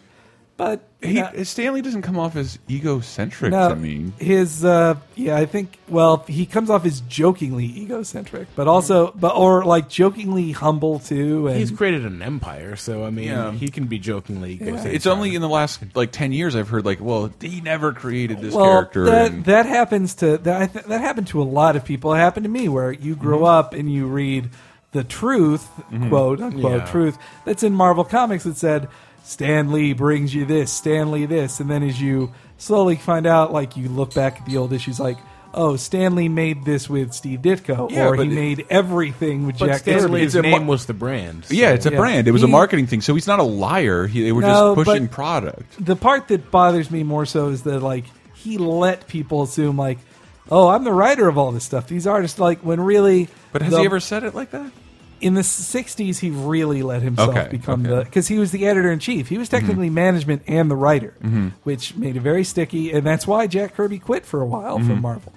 [SPEAKER 1] But
[SPEAKER 2] He,
[SPEAKER 1] uh,
[SPEAKER 2] Stanley doesn't come off as egocentric
[SPEAKER 1] No,
[SPEAKER 2] to me.
[SPEAKER 1] his uh, yeah, I think. Well, he comes off as jokingly egocentric, but also, but or like jokingly humble too. And
[SPEAKER 3] He's created an empire, so I mean,
[SPEAKER 2] Yeah.
[SPEAKER 3] he can be jokingly. egocentric.
[SPEAKER 2] It's only in the last like ten years I've heard like, well, he never created this
[SPEAKER 1] well,
[SPEAKER 2] character.
[SPEAKER 1] that
[SPEAKER 2] and-
[SPEAKER 1] that happens to that. I th- that happened to a lot of people. It happened to me where you grow
[SPEAKER 2] Mm-hmm.
[SPEAKER 1] up and you read the truth, quote unquote
[SPEAKER 3] Yeah.
[SPEAKER 1] truth that's in Marvel comics that said Stan Lee brings you this, Stan Lee this, and then as you slowly find out, like you look back at the old issues, like. Oh, Stanley made this with Steve Ditko,
[SPEAKER 2] Yeah,
[SPEAKER 1] or he
[SPEAKER 2] but it-
[SPEAKER 1] made everything with
[SPEAKER 3] But
[SPEAKER 1] Jack
[SPEAKER 3] Stan
[SPEAKER 1] Kirby.
[SPEAKER 3] Lee's
[SPEAKER 2] It's a
[SPEAKER 3] name
[SPEAKER 2] mar-
[SPEAKER 3] was the brand. so-
[SPEAKER 2] yeah, it's a
[SPEAKER 1] Yeah.
[SPEAKER 2] brand. It was a
[SPEAKER 1] He-
[SPEAKER 2] marketing thing, so he's not a liar. He, they were
[SPEAKER 1] No,
[SPEAKER 2] just pushing
[SPEAKER 1] but-
[SPEAKER 2] product.
[SPEAKER 1] the part that bothers me more so is that like he let people assume like oh i'm the writer of all this stuff these artists like when really
[SPEAKER 2] But has
[SPEAKER 1] the-
[SPEAKER 2] he ever said it like that?
[SPEAKER 1] in the 60s he really let himself
[SPEAKER 2] Okay,
[SPEAKER 1] become
[SPEAKER 2] okay. Mm-hmm.
[SPEAKER 1] the because he was the editor in chief he was technically management and the writer which made it very sticky and that's why jack kirby quit for a while
[SPEAKER 2] Mm-hmm.
[SPEAKER 1] from marvel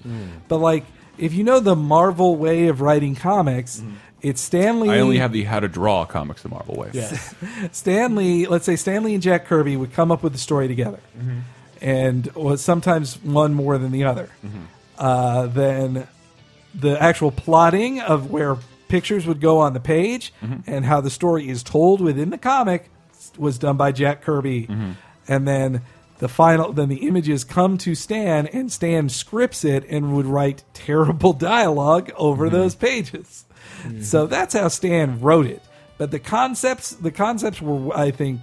[SPEAKER 1] but like if you know the marvel way of writing comics it's stanley
[SPEAKER 2] Mm-hmm. I only have the how to draw comics the Marvel way.
[SPEAKER 3] Yes.
[SPEAKER 1] Stanley, let's say Stanley and Jack Kirby would come up with a story together, and was sometimes one more than the other. Uh, then the actual plotting of where pictures would go on the page and how the story is told within the comic was done by Jack Kirby, and then the final then the images come to Stan and Stan scripts it and would write terrible dialogue over those pages. So that's how Stan wrote it. But the concepts the concepts were I think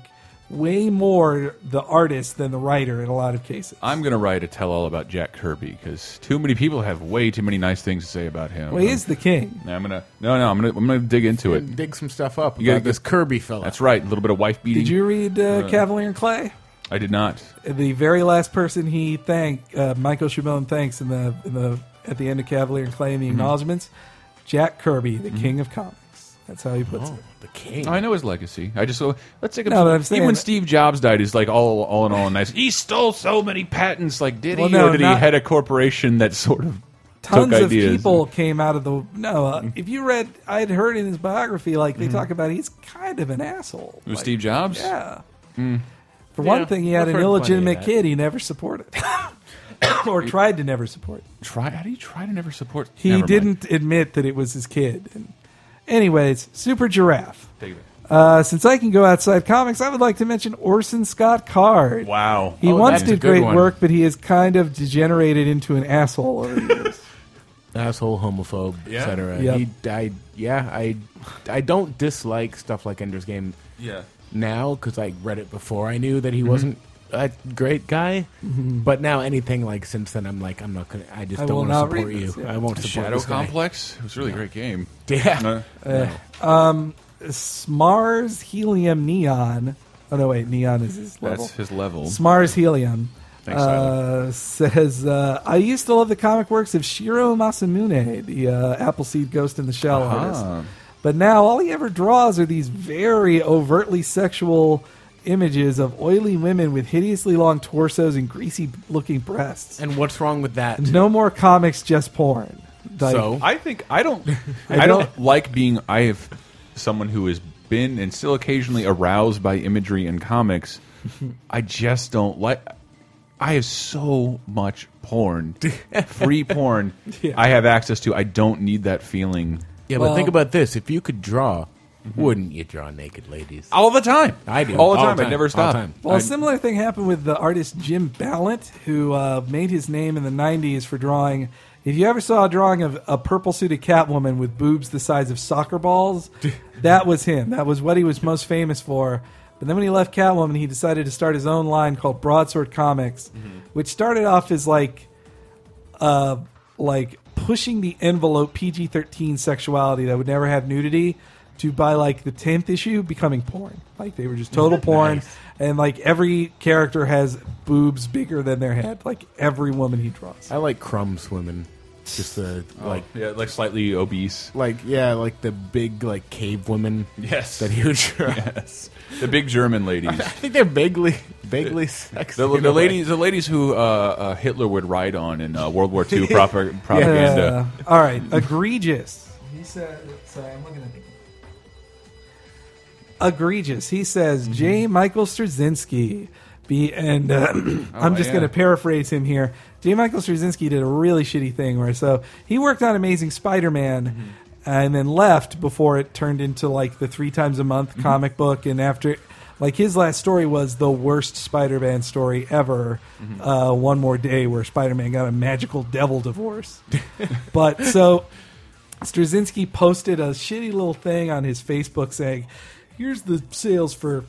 [SPEAKER 1] way more the artist than the writer in a lot of cases.
[SPEAKER 2] I'm gonna write a tell-all about Jack Kirby because too many people have way too many nice things to say about him.
[SPEAKER 1] well, he is the king.
[SPEAKER 2] I'm gonna no, no. I'm gonna I'm gonna dig into it.
[SPEAKER 3] Dig some stuff up
[SPEAKER 2] You gotta
[SPEAKER 3] about this
[SPEAKER 2] get-
[SPEAKER 3] Kirby fella.
[SPEAKER 2] That's right. A little bit of wife beating.
[SPEAKER 1] Did you read uh, Cavalier and Clay?
[SPEAKER 2] I did not.
[SPEAKER 1] the very last person he thanked, uh, Michael Chabon thanks in the in the at the end of Cavalier and Clay in the
[SPEAKER 2] Mm-hmm.
[SPEAKER 1] acknowledgments, Jack Kirby, the king of comics. That's how he puts
[SPEAKER 3] Oh,
[SPEAKER 1] it.
[SPEAKER 3] the king.
[SPEAKER 2] I know his legacy. I just so let's take a
[SPEAKER 1] No, but I'm saying
[SPEAKER 2] even when
[SPEAKER 1] that-
[SPEAKER 2] Steve Jobs died, is like all all in all nice. He stole so many patents. Like did
[SPEAKER 1] Well,
[SPEAKER 2] he
[SPEAKER 1] no,
[SPEAKER 2] or did
[SPEAKER 1] not-
[SPEAKER 2] he head a corporation that sort of
[SPEAKER 1] Tons
[SPEAKER 2] took
[SPEAKER 1] of
[SPEAKER 2] ideas? Mm-hmm.
[SPEAKER 1] people came out of the no. Uh, if you read, I had heard in his biography, like they talk about, he's kind of an asshole.
[SPEAKER 2] It was
[SPEAKER 1] Like,
[SPEAKER 2] Steve Jobs. Mm.
[SPEAKER 1] Yeah. For
[SPEAKER 3] Yeah,
[SPEAKER 1] one thing, he had
[SPEAKER 3] I've
[SPEAKER 1] an
[SPEAKER 3] heard plenty of
[SPEAKER 1] illegitimate
[SPEAKER 3] that.
[SPEAKER 1] kid he never supported, or tried to never support.
[SPEAKER 2] Try how do you try to never support?
[SPEAKER 1] He
[SPEAKER 2] Never mind.
[SPEAKER 1] didn't admit that it was his kid. And anyways, Super Giraffe.
[SPEAKER 2] Take it back.
[SPEAKER 1] Uh, since I can go outside comics, I would like to mention Orson Scott Card.
[SPEAKER 2] Wow.
[SPEAKER 1] He
[SPEAKER 3] Oh,
[SPEAKER 1] once
[SPEAKER 3] that's a
[SPEAKER 1] did
[SPEAKER 3] good
[SPEAKER 1] great
[SPEAKER 3] one.
[SPEAKER 1] work, but he has kind of degenerated into an asshole over the years.
[SPEAKER 3] asshole homophobe
[SPEAKER 2] Yeah.
[SPEAKER 3] etc
[SPEAKER 1] Yep.
[SPEAKER 3] he died yeah i i don't dislike stuff like ender's game
[SPEAKER 2] yeah.
[SPEAKER 3] now because i read it before i knew that he
[SPEAKER 1] Mm-hmm.
[SPEAKER 3] wasn't a great guy but now anything like since then i'm like i'm not gonna i just
[SPEAKER 1] I will
[SPEAKER 3] don't want to
[SPEAKER 1] not
[SPEAKER 3] support
[SPEAKER 1] read
[SPEAKER 3] you
[SPEAKER 1] this, yeah.
[SPEAKER 3] i won't support
[SPEAKER 2] Shadow
[SPEAKER 3] this guy.
[SPEAKER 2] Complex. It was a really great game. Uh,
[SPEAKER 3] yeah
[SPEAKER 2] No.
[SPEAKER 1] Smars Helium Neon. Oh, no, wait. Neon is his level.
[SPEAKER 2] That's his level.
[SPEAKER 1] Smars Helium.
[SPEAKER 2] Thanks,
[SPEAKER 1] uh, says, uh, I used to love the comic works of Shiro Masamune, the uh, Appleseed Ghost in the Shell
[SPEAKER 3] Uh-huh.
[SPEAKER 2] Ah.
[SPEAKER 1] artist. But now all he ever draws are these very overtly sexual images of oily women with hideously long torsos and greasy looking breasts.
[SPEAKER 3] and what's wrong with that
[SPEAKER 1] No more comics, just porn. Like,
[SPEAKER 3] so
[SPEAKER 2] I think I don't.
[SPEAKER 1] I
[SPEAKER 2] I
[SPEAKER 1] don't-
[SPEAKER 2] don't like being. I have someone who has been and still occasionally aroused by imagery in comics. I just don't like. I have so much porn, free porn.
[SPEAKER 1] Yeah.
[SPEAKER 2] I have access to. I don't need that feeling
[SPEAKER 3] yeah
[SPEAKER 1] Well- Mm-hmm.
[SPEAKER 3] but think about this if you could draw wouldn't you draw naked ladies
[SPEAKER 2] all the time.
[SPEAKER 3] I do.
[SPEAKER 2] all the
[SPEAKER 3] All
[SPEAKER 2] time.
[SPEAKER 3] the
[SPEAKER 2] I
[SPEAKER 3] time.
[SPEAKER 2] never
[SPEAKER 3] All
[SPEAKER 2] stop.
[SPEAKER 3] the time.
[SPEAKER 1] Well,
[SPEAKER 2] I-
[SPEAKER 1] a similar thing happened with the artist Jim Ballant, who uh, made his name in the 90s for drawing. If you ever saw a drawing of a purple suited Catwoman with boobs the size of soccer balls, that was him. That was what he was most famous for. But then when he left Catwoman, he decided to start his own line called Broadsword Comics, which started off as like uh, like pushing the envelope PG thirteen sexuality that would never have nudity to by like the tenth issue becoming porn. Like they were just total porn, and like every character has boobs bigger than their head. Like every woman he draws.
[SPEAKER 3] i like crumbs women just the
[SPEAKER 1] Oh.
[SPEAKER 3] like
[SPEAKER 2] yeah, like slightly obese.
[SPEAKER 3] like yeah like the big like cave women
[SPEAKER 2] Yes.
[SPEAKER 3] that huge
[SPEAKER 2] The big German ladies.
[SPEAKER 3] I think they're vaguely, vaguely sexy.
[SPEAKER 2] The,
[SPEAKER 3] in
[SPEAKER 2] the
[SPEAKER 3] a way.
[SPEAKER 2] ladies, the ladies who uh, uh, Hitler would ride on in uh, World War II proper, propaganda.
[SPEAKER 1] Uh, all right, egregious. He said, "Sorry, I'm looking at." Egregious. He says J. Michael Straczynski. Be, and uh, I'm just
[SPEAKER 2] yeah.
[SPEAKER 1] going to paraphrase him here. J. Michael Straczynski did a really shitty thing where so he worked on Amazing Spider-Man and then left before it turned into like the three times a month comic book. And after, like his last story was the worst Spider-Man story ever. Uh, One more day where Spider-Man got a magical devil divorce. but so Straczynski posted a shitty little thing on his Facebook saying, "Here's the sales for."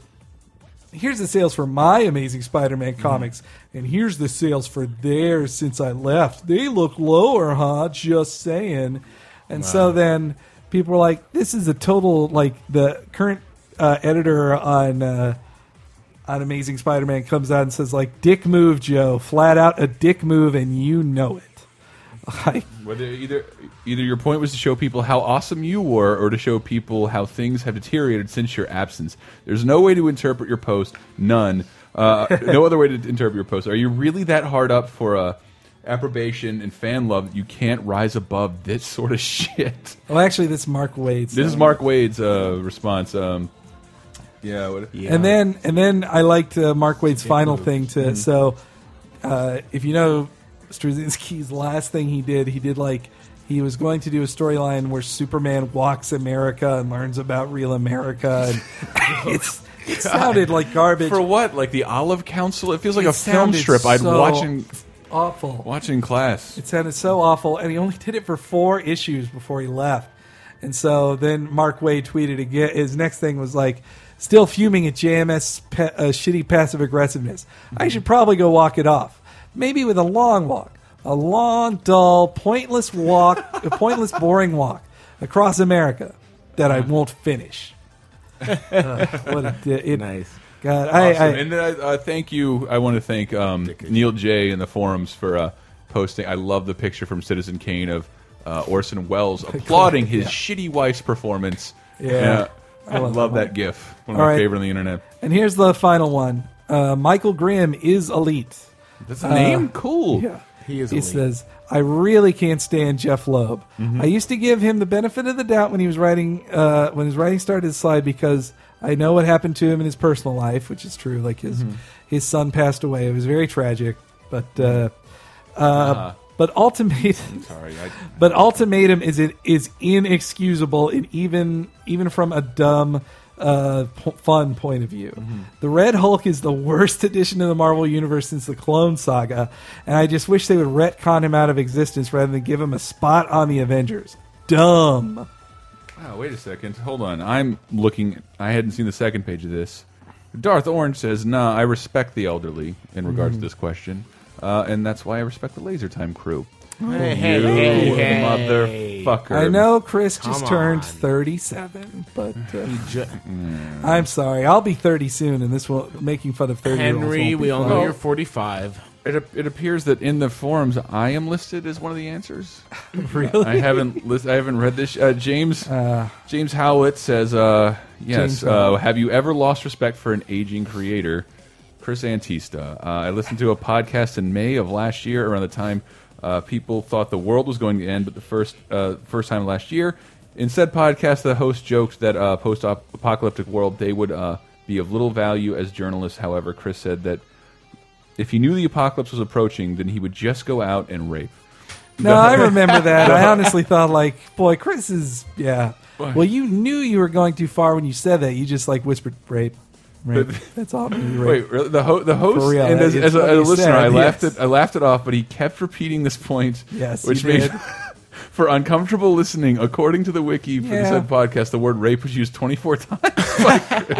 [SPEAKER 1] Here's the sales for my Amazing Spider-Man comics, and here's the sales for theirs since I left. They look lower, huh? Just saying. And so then people were like, "This is a total like the current uh, editor on uh, on Amazing Spider-Man comes out and says like, "Dick move, Joe, flat out a dick move, and you know it." Like,
[SPEAKER 2] Whether either either your point was to show people how awesome you were, or to show people how things have deteriorated since your absence. There's no way to interpret your post. None. Uh, no other way to interpret your post. Are you really that hard up for uh, approbation and fan love? that You can't rise above this sort of shit.
[SPEAKER 1] well, actually, this is Mark Wade's.
[SPEAKER 2] This is
[SPEAKER 1] um,
[SPEAKER 2] Mark Wade's uh, response. Um, yeah. What, yeah. Mm-hmm.
[SPEAKER 1] And then and then I liked uh, Mark Wade's final thing to so uh, if you know Straczynski's last thing he did, he did like he was going to do a storyline where Superman walks America and learns about real America and it's it sounded like garbage.
[SPEAKER 2] For what? Like the Olive Council? It feels like
[SPEAKER 1] It
[SPEAKER 2] a film
[SPEAKER 1] sounded
[SPEAKER 2] strip I'd
[SPEAKER 1] so
[SPEAKER 2] watch in
[SPEAKER 1] awful.
[SPEAKER 2] watch in class.
[SPEAKER 1] It sounded so awful, and he only did it for four issues before he left. And so then Mark Wade tweeted again. His next thing was like, "Still fuming at JMS pe- uh, shitty passive aggressiveness. I should probably go walk it off. Maybe with a long walk, a long, dull, pointless walk, a pointless, boring walk across America that I won't finish." Ugh, what a di- it,
[SPEAKER 3] Nice.
[SPEAKER 1] God, I,
[SPEAKER 2] Awesome.
[SPEAKER 1] I,
[SPEAKER 2] and then I uh, thank you. I want to thank um, Neil J in the forums for uh, posting. I love the picture from Citizen Kane of uh, Orson Welles applauding his shitty wife's performance.
[SPEAKER 1] Yeah.
[SPEAKER 2] I love, that GIF. One of
[SPEAKER 1] All
[SPEAKER 2] my
[SPEAKER 1] right.
[SPEAKER 2] favorite on the internet.
[SPEAKER 1] and here's the final one. Uh, Michael Grimm is elite.
[SPEAKER 2] That's a name. Cool.
[SPEAKER 1] Uh, Yeah.
[SPEAKER 3] He is
[SPEAKER 1] He
[SPEAKER 3] elite. Mm-hmm.
[SPEAKER 1] says, I really can't stand Jeff Loeb. I used to give him the benefit of the doubt when he was writing uh, when his writing started to slide because I know what happened to him in his personal life, which is true. Like his
[SPEAKER 3] Mm-hmm.
[SPEAKER 1] his son passed away. It was very tragic. But uh, uh,
[SPEAKER 3] Uh-huh.
[SPEAKER 1] but ultimatum
[SPEAKER 2] Sorry. I,
[SPEAKER 1] but ultimatum is it is inexcusable and even even from a dumb uh, p- fun point of view.
[SPEAKER 3] Mm-hmm.
[SPEAKER 1] The Red Hulk is the worst addition to the Marvel universe since the Clone Saga, and I just wish they would retcon him out of existence rather than give him a spot on the Avengers. Dumb.
[SPEAKER 2] wow. Wait a second. Hold on. I'm looking. I hadn't seen the second page of this. Darth Orange says, "Nah, I respect the elderly in regards
[SPEAKER 3] Mm-hmm.
[SPEAKER 2] to this question, uh, and that's why I respect the Laser Time crew."
[SPEAKER 3] Hey,
[SPEAKER 2] You
[SPEAKER 3] hey, hey.
[SPEAKER 2] motherfucker!
[SPEAKER 1] I know Chris just
[SPEAKER 3] Come
[SPEAKER 1] turned
[SPEAKER 3] on.
[SPEAKER 1] 37, but uh,
[SPEAKER 3] Ju-
[SPEAKER 1] I'm sorry. I'll be 30 soon, and this will making fun of 30
[SPEAKER 3] Henry, we all know
[SPEAKER 2] fun.
[SPEAKER 3] you're 45.
[SPEAKER 2] It, ap- it appears that in the forums I am listed as one of the answers.
[SPEAKER 1] really.
[SPEAKER 2] I haven't list, I haven't read this. Uh, James James Howlett says, uh, "Yes,
[SPEAKER 1] James
[SPEAKER 2] uh,
[SPEAKER 1] Howlett.
[SPEAKER 2] have you ever lost respect for an aging creator?" Chris Antista. Uh, I listened to a podcast in May of last year, around the time uh, people thought the world was going to end, but the first uh, first time last year. In said podcast, the host joked that uh, post-apocalyptic world they would uh, be of little value as journalists. However, Chris said that if he knew the apocalypse was approaching, then he would just go out and rape.
[SPEAKER 1] No, I remember that. I honestly thought, like, boy, Chris is, yeah. Well, you knew you were going too far when you said that. You just like whispered rape, rape. That's all. Rape.
[SPEAKER 2] Wait, really? the ho the host
[SPEAKER 1] real,
[SPEAKER 2] and as,
[SPEAKER 1] it's
[SPEAKER 2] as a,
[SPEAKER 1] what
[SPEAKER 2] as a
[SPEAKER 1] he
[SPEAKER 2] listener,
[SPEAKER 1] said,
[SPEAKER 2] I laughed
[SPEAKER 1] yes.
[SPEAKER 2] it. I laughed it off, but he kept repeating this point,
[SPEAKER 1] Yes,
[SPEAKER 2] which
[SPEAKER 1] he
[SPEAKER 2] made
[SPEAKER 1] did.
[SPEAKER 2] for uncomfortable listening. According to the wiki for the
[SPEAKER 1] Yeah.
[SPEAKER 2] said podcast, the word rape was used twenty four times.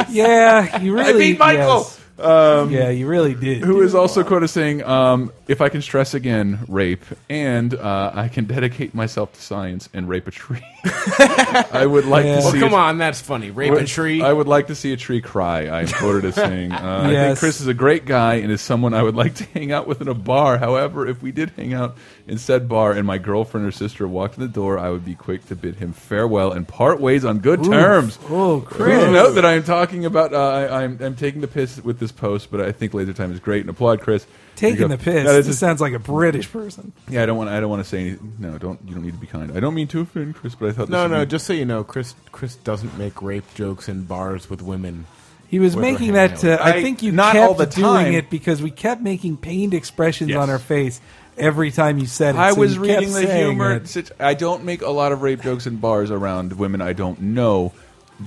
[SPEAKER 1] yeah, you really.
[SPEAKER 2] I beat Michael, Um,
[SPEAKER 1] yes. yeah, you really did.
[SPEAKER 2] who is also quoted as saying, um, "If I can stress again, rape, and uh, I can dedicate myself to science and rape a tree. I would like
[SPEAKER 1] Yeah.
[SPEAKER 2] to
[SPEAKER 1] Well,
[SPEAKER 2] see
[SPEAKER 3] Well,
[SPEAKER 2] a
[SPEAKER 3] come on, that's funny. Rape
[SPEAKER 2] Would-
[SPEAKER 3] and tree.
[SPEAKER 2] I would like to see a tree cry. I'm quoted as saying, uh, "I think
[SPEAKER 1] Yes.
[SPEAKER 2] Chris is a great guy and is someone I would like to hang out with in a bar. However, if we did hang out in said bar and my girlfriend or sister walked in the door, I would be quick to bid him farewell and part ways on good terms."
[SPEAKER 1] Oh,
[SPEAKER 2] Please
[SPEAKER 1] Chris.
[SPEAKER 2] note that I am talking about. Uh, I, I'm, I'm taking the piss with this post, but I think Laser Time is great and applaud Chris.
[SPEAKER 1] Taking
[SPEAKER 2] Here
[SPEAKER 1] the
[SPEAKER 2] you go. That
[SPEAKER 1] piss.
[SPEAKER 2] is
[SPEAKER 1] This
[SPEAKER 2] a-
[SPEAKER 1] sounds like a British person.
[SPEAKER 2] yeah, I don't want. I don't want to say anything. No, don't. You don't need to be kind. I don't mean to offend Chris, but I thought.
[SPEAKER 3] no,
[SPEAKER 2] this would
[SPEAKER 3] no,
[SPEAKER 2] be-
[SPEAKER 3] just so you know, Chris Chris doesn't make rape jokes in bars with women.
[SPEAKER 1] He was
[SPEAKER 3] Where we're
[SPEAKER 1] making
[SPEAKER 3] hanging
[SPEAKER 1] that.
[SPEAKER 3] out.
[SPEAKER 1] To, I,
[SPEAKER 2] I-
[SPEAKER 1] think you
[SPEAKER 2] not
[SPEAKER 1] kept
[SPEAKER 2] all the time.
[SPEAKER 1] doing it because we kept making pained expressions
[SPEAKER 2] Yes.
[SPEAKER 1] on her face every time you said it.
[SPEAKER 2] I
[SPEAKER 1] so
[SPEAKER 2] was
[SPEAKER 1] you kept
[SPEAKER 2] reading the
[SPEAKER 1] saying
[SPEAKER 2] humor.
[SPEAKER 1] it.
[SPEAKER 2] sit- I don't make a lot of rape jokes in bars around women I don't know,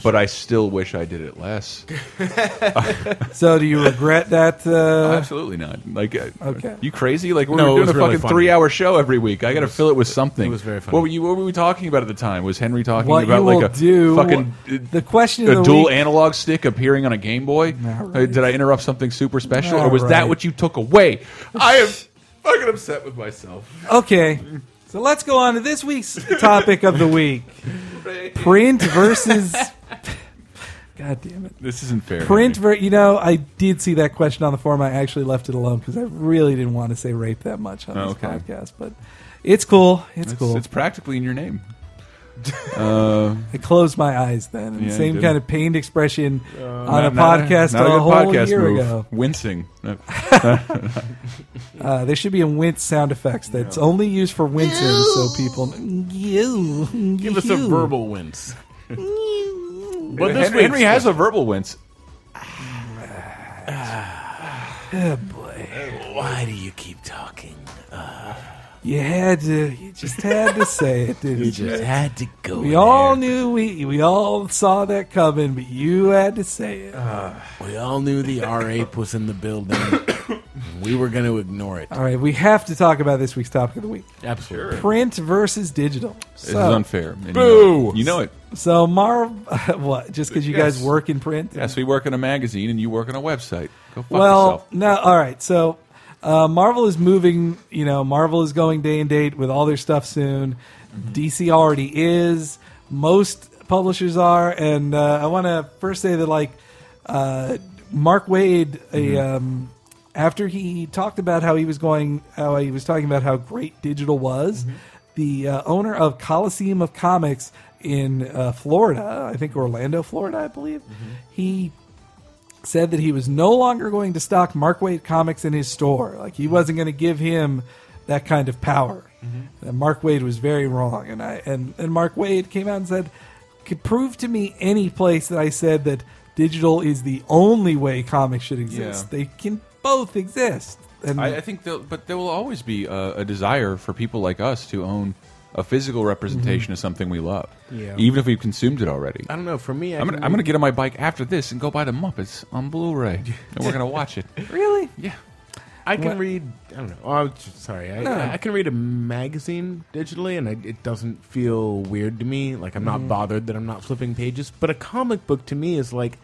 [SPEAKER 2] but I still wish I did it less.
[SPEAKER 1] So, do you regret that? Uh,
[SPEAKER 2] Absolutely not. Like, uh,
[SPEAKER 1] Okay.
[SPEAKER 2] you crazy? Like we're
[SPEAKER 3] No, it
[SPEAKER 2] doing a
[SPEAKER 3] was really
[SPEAKER 2] fucking
[SPEAKER 3] funny.
[SPEAKER 2] three-hour show every week. I got to fill it with something.
[SPEAKER 3] it was very funny.
[SPEAKER 2] What were you? What were we talking about at the time? Was Henry talking
[SPEAKER 1] what
[SPEAKER 2] about
[SPEAKER 1] you
[SPEAKER 2] like
[SPEAKER 1] will
[SPEAKER 2] a
[SPEAKER 1] do?
[SPEAKER 2] fucking uh,
[SPEAKER 1] the question of
[SPEAKER 2] a
[SPEAKER 1] the
[SPEAKER 2] dual
[SPEAKER 1] week-
[SPEAKER 2] analog stick appearing on a Game Boy?
[SPEAKER 1] All
[SPEAKER 2] Uh,
[SPEAKER 1] right.
[SPEAKER 2] Did I interrupt something super special,
[SPEAKER 1] All
[SPEAKER 2] or was that
[SPEAKER 1] right.
[SPEAKER 2] what you took away? I am fucking upset with myself.
[SPEAKER 1] Okay. So let's go on to this week's topic of the week. Print versus God damn it.
[SPEAKER 2] This isn't fair.
[SPEAKER 1] Print
[SPEAKER 2] Henry.
[SPEAKER 1] ver you know, I did see that question on the forum. I actually left it alone because I really didn't want to say rape that much on
[SPEAKER 2] Oh,
[SPEAKER 1] this
[SPEAKER 2] okay.
[SPEAKER 1] podcast. But It's cool. It's,
[SPEAKER 2] It's,
[SPEAKER 1] cool.
[SPEAKER 2] it's practically in your name. Uh,
[SPEAKER 1] I closed my eyes then.
[SPEAKER 2] Yeah, you
[SPEAKER 1] Same
[SPEAKER 2] did.
[SPEAKER 1] kind of pained expression on
[SPEAKER 2] not-
[SPEAKER 1] a
[SPEAKER 2] not
[SPEAKER 1] podcast
[SPEAKER 2] not
[SPEAKER 1] a,
[SPEAKER 2] good
[SPEAKER 1] whole
[SPEAKER 2] podcast
[SPEAKER 1] year
[SPEAKER 2] move.
[SPEAKER 1] ago.
[SPEAKER 2] Wincing. No.
[SPEAKER 1] Uh, there should be a wince sound effects that's only used for wincing, so people. You
[SPEAKER 3] Give us a verbal wince. But this
[SPEAKER 2] Henry,
[SPEAKER 3] week's-
[SPEAKER 2] Henry has a verbal wince.
[SPEAKER 3] Oh, Why do you keep talking?
[SPEAKER 1] Uh, You had to. You just had to say it, didn't you?
[SPEAKER 3] had to go.
[SPEAKER 1] We all knew we we all saw that coming, but you had to say it.
[SPEAKER 3] Uh-huh. We all knew the R ape was in the building. we were going to ignore it.
[SPEAKER 1] all right, we have to talk about this week's topic of the week:
[SPEAKER 3] Absolutely.
[SPEAKER 1] print versus digital.
[SPEAKER 2] This
[SPEAKER 1] So,
[SPEAKER 2] is unfair. and you know it.
[SPEAKER 3] Boo!
[SPEAKER 2] You know it.
[SPEAKER 1] so Marv, what? Just because you guys
[SPEAKER 2] Yes.
[SPEAKER 1] work in print?
[SPEAKER 2] Yes, we work in a magazine and you work on a website. Go fuck
[SPEAKER 1] Well,
[SPEAKER 2] yourself.
[SPEAKER 1] no. All right. So uh, Marvel is moving. You know, Marvel is going day and date with all their stuff soon.
[SPEAKER 2] Mm-hmm.
[SPEAKER 1] DC already is. Most publishers are, and uh, I want to first say that like uh, Mark Wade, a,
[SPEAKER 2] Mm-hmm.
[SPEAKER 1] um, after he talked about how he was going, how he was talking about how great digital was.
[SPEAKER 2] Mm-hmm.
[SPEAKER 1] The uh, owner of Coliseum of Comics in uh, Florida, I think Orlando, Florida, I believe,
[SPEAKER 2] Mm-hmm.
[SPEAKER 1] he said that he was no longer going to stock Mark Waid comics in his store. Like he wasn't going to give him that kind of power.
[SPEAKER 3] Mm-hmm.
[SPEAKER 1] And Mark Wade was very wrong, and I and, and Mark Wade came out and said, "Could prove to me any place that I said that digital is the only way comics should exist.
[SPEAKER 2] Yeah.
[SPEAKER 1] They can both exist." And
[SPEAKER 2] I, I think, there'll- but there will always be a, a desire for people like us to own a physical
[SPEAKER 1] Mm-hmm.
[SPEAKER 2] representation of something we love,
[SPEAKER 3] Yeah.
[SPEAKER 2] even if we've consumed it already.
[SPEAKER 3] I don't know. For me, I
[SPEAKER 2] I'm
[SPEAKER 3] can
[SPEAKER 2] gonna, I'm gonna get on my bike after this and go buy the Muppets on Blu-ray, and we're gonna watch it.
[SPEAKER 1] really,
[SPEAKER 2] Yeah,
[SPEAKER 3] I can
[SPEAKER 1] What-
[SPEAKER 3] read. I don't know. Oh, I'm just- sorry. I,
[SPEAKER 1] No.
[SPEAKER 3] I can read a magazine digitally, and I, it doesn't feel weird to me. Like I'm
[SPEAKER 1] Mm-hmm.
[SPEAKER 3] not bothered that I'm not flipping pages. But a comic book to me is like,